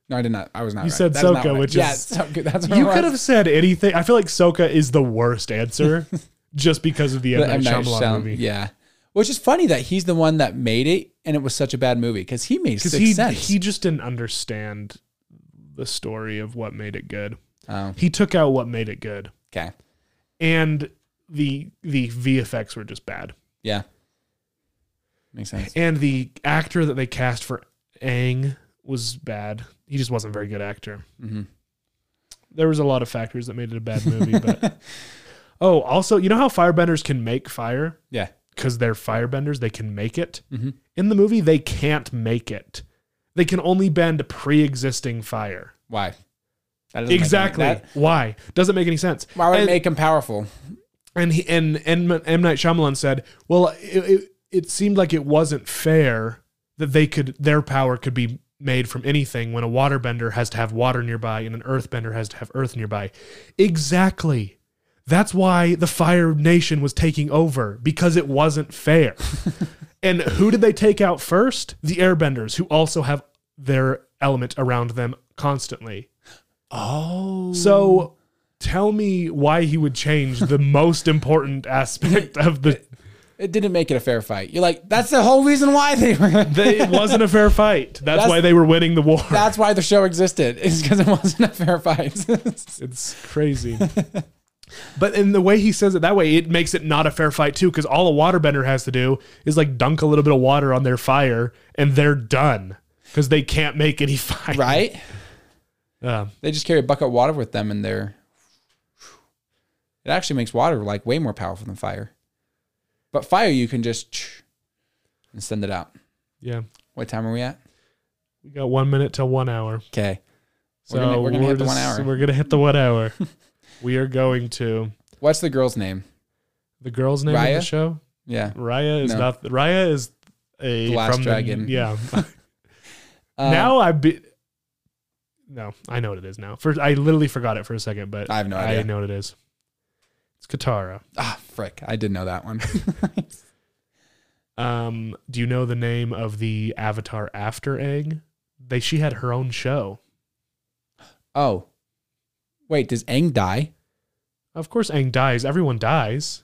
S2: No, I did not. I was not.
S1: You
S2: right.
S1: said
S2: That's not
S1: Sokka,
S2: what I-
S1: which
S2: yeah,
S1: is-
S2: Sokka. That's what
S1: You
S2: it
S1: could
S2: was.
S1: have said anything. I feel like Soka is the worst answer, just because of the M
S2: The
S1: Night
S2: M. Night
S1: Shyamalan
S2: Shyam-
S1: movie.
S2: Yeah. Which is funny that he's the one that made it and it was such a bad movie because he made
S1: Because
S2: Sixth
S1: he
S2: Sense.
S1: he just didn't understand the story of what made it good.
S2: oh,
S1: He took out what made it good,
S2: okay.
S1: and the the VFX were just bad.
S2: Yeah. Makes sense.
S1: And the actor that they cast for Aang was bad. He just wasn't a very good actor.
S2: Mhm.
S1: There was a lot of factors that made it a bad movie. but oh, also, you know how firebenders can make fire
S2: Yeah.
S1: because they're firebenders. They can make it.
S2: Mhm.
S1: In the movie, they can't make it. They can only bend pre-existing fire.
S2: Why? That doesn't make any-
S1: Exactly.
S2: that-
S1: Why? Doesn't make any sense.
S2: why would
S1: and,
S2: it make him powerful?
S1: and he and and M Night Shyamalan said, "Well, it, it, it seemed like it wasn't fair that they could their power could be made from anything when a waterbender has to have water nearby and an earthbender has to have earth nearby." Exactly. That's why the Fire Nation was taking over because it wasn't fair. and who did they take out first? The Airbenders, who also have their element around them constantly.
S2: Oh.
S1: So tell me why he would change the most important aspect of the
S2: It didn't make it a fair fight. You're like, that's the whole reason why they were.
S1: they, it wasn't a fair fight. That's, why they were winning the war.
S2: that's why the show existed, is because it wasn't a fair fight.
S1: It's crazy. but in the way he says it that way, it makes it not a fair fight too, because all a waterbender has to do is like dunk a little bit of water on their fire and they're done. Because they can't make any fire.
S2: right?
S1: Um,
S2: They just carry a bucket of water with them and they're. It actually makes water like way more powerful than fire. But fire, you can just ch- and send it out.
S1: yeah.
S2: What time are we at?
S1: We got one minute till one hour.
S2: Okay.
S1: So
S2: We're gonna- we're gonna hit the one hour.
S1: We're gonna hit the one hour. we are going to
S2: What's the girl's name?
S1: the girl's name in
S2: Raya?
S1: the show?
S2: Yeah.
S1: Raya is
S2: No.
S1: not. Raya is a
S2: The last
S1: from
S2: dragon.
S1: The, yeah.
S2: Um,
S1: now I be. No, I know what it is now. First, I literally forgot it for a second, but
S2: I have no idea.
S1: I know what it is. It's Katara.
S2: Ah, frick. I did know that one.
S1: Um, do you know the name of the Avatar after Aang? They she had her own show.
S2: oh. Wait, does Aang die?
S1: Of course, Aang dies. Everyone dies.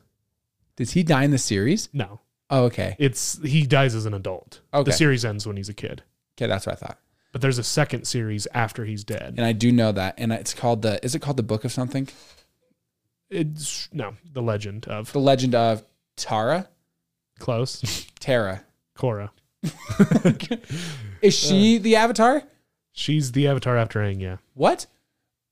S2: Does he die in the series?
S1: No,
S2: Oh, okay.
S1: it's he dies as an adult.
S2: Okay.
S1: The series ends when he's a kid,
S2: Okay, that's what I thought.
S1: but there's a second series after he's dead.
S2: And I do know that. And it's called the, is it called the Book of something?
S1: It's no, the legend of
S2: The Legend of Tara?
S1: close
S2: Tara.
S1: Korra.
S2: Is she the Avatar?
S1: She's the Avatar after Aang. Yeah,
S2: What?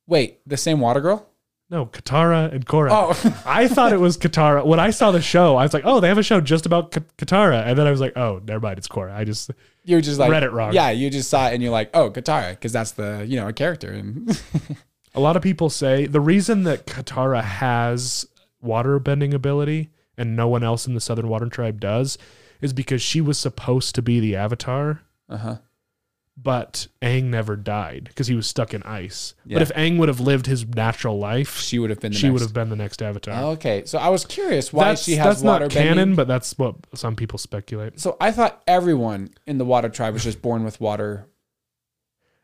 S2: Wait, the same water girl?
S1: no, Katara and Korra.
S2: Oh,
S1: I thought it was Katara. When I saw the show, I was like, "Oh, they have a show just about Ka- Katara," and then I was like, "Oh, never mind, it's Korra." I just
S2: you were just like
S1: Read it wrong.
S2: Yeah, you just saw it and you're like, oh, Katara, because that's the you know a character. And
S1: a lot of people say the reason that Katara has water bending ability and no one else in the Southern Water Tribe does is because she was supposed to be the Avatar,
S2: uh huh.
S1: but Aang never died because he was stuck in ice.
S2: Yeah.
S1: But if Aang would have lived his natural life,
S2: She would have been. The
S1: she
S2: next.
S1: would have been the next Avatar.
S2: Okay, so I was curious why
S1: that's,
S2: she has
S1: that's
S2: water
S1: not canon,
S2: bending.
S1: but that's what some people speculate.
S2: So I thought everyone in the water tribe was just born with water.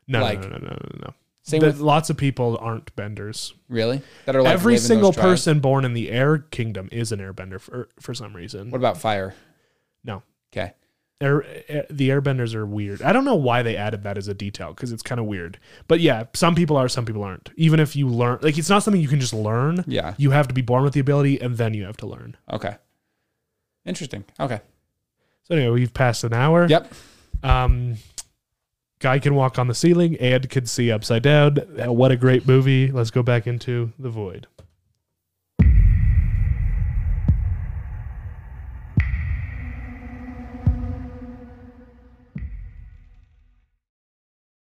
S1: No,
S2: Like-
S1: no, no, no, no, no, no.
S2: Same
S1: That
S2: with
S1: lots of people aren't benders.
S2: really that are like
S1: Every
S2: live in those
S1: single
S2: tribes?
S1: person born in the Air Kingdom is an airbender for for some reason.
S2: What about fire?
S1: No.
S2: Okay.
S1: Air, air, the airbenders are weird. I don't know why they added that as a detail because it's kind of weird. But yeah, some people are, some people aren't. Even if you learn, like it's not something you can just learn.
S2: Yeah.
S1: You have to be born with the ability, and then you have to learn.
S2: Okay. Interesting. Okay.
S1: So anyway, we've passed an hour.
S2: Yep.
S1: Um, guy can walk on the ceiling and can see upside down. What a great movie! Let's go back into the void.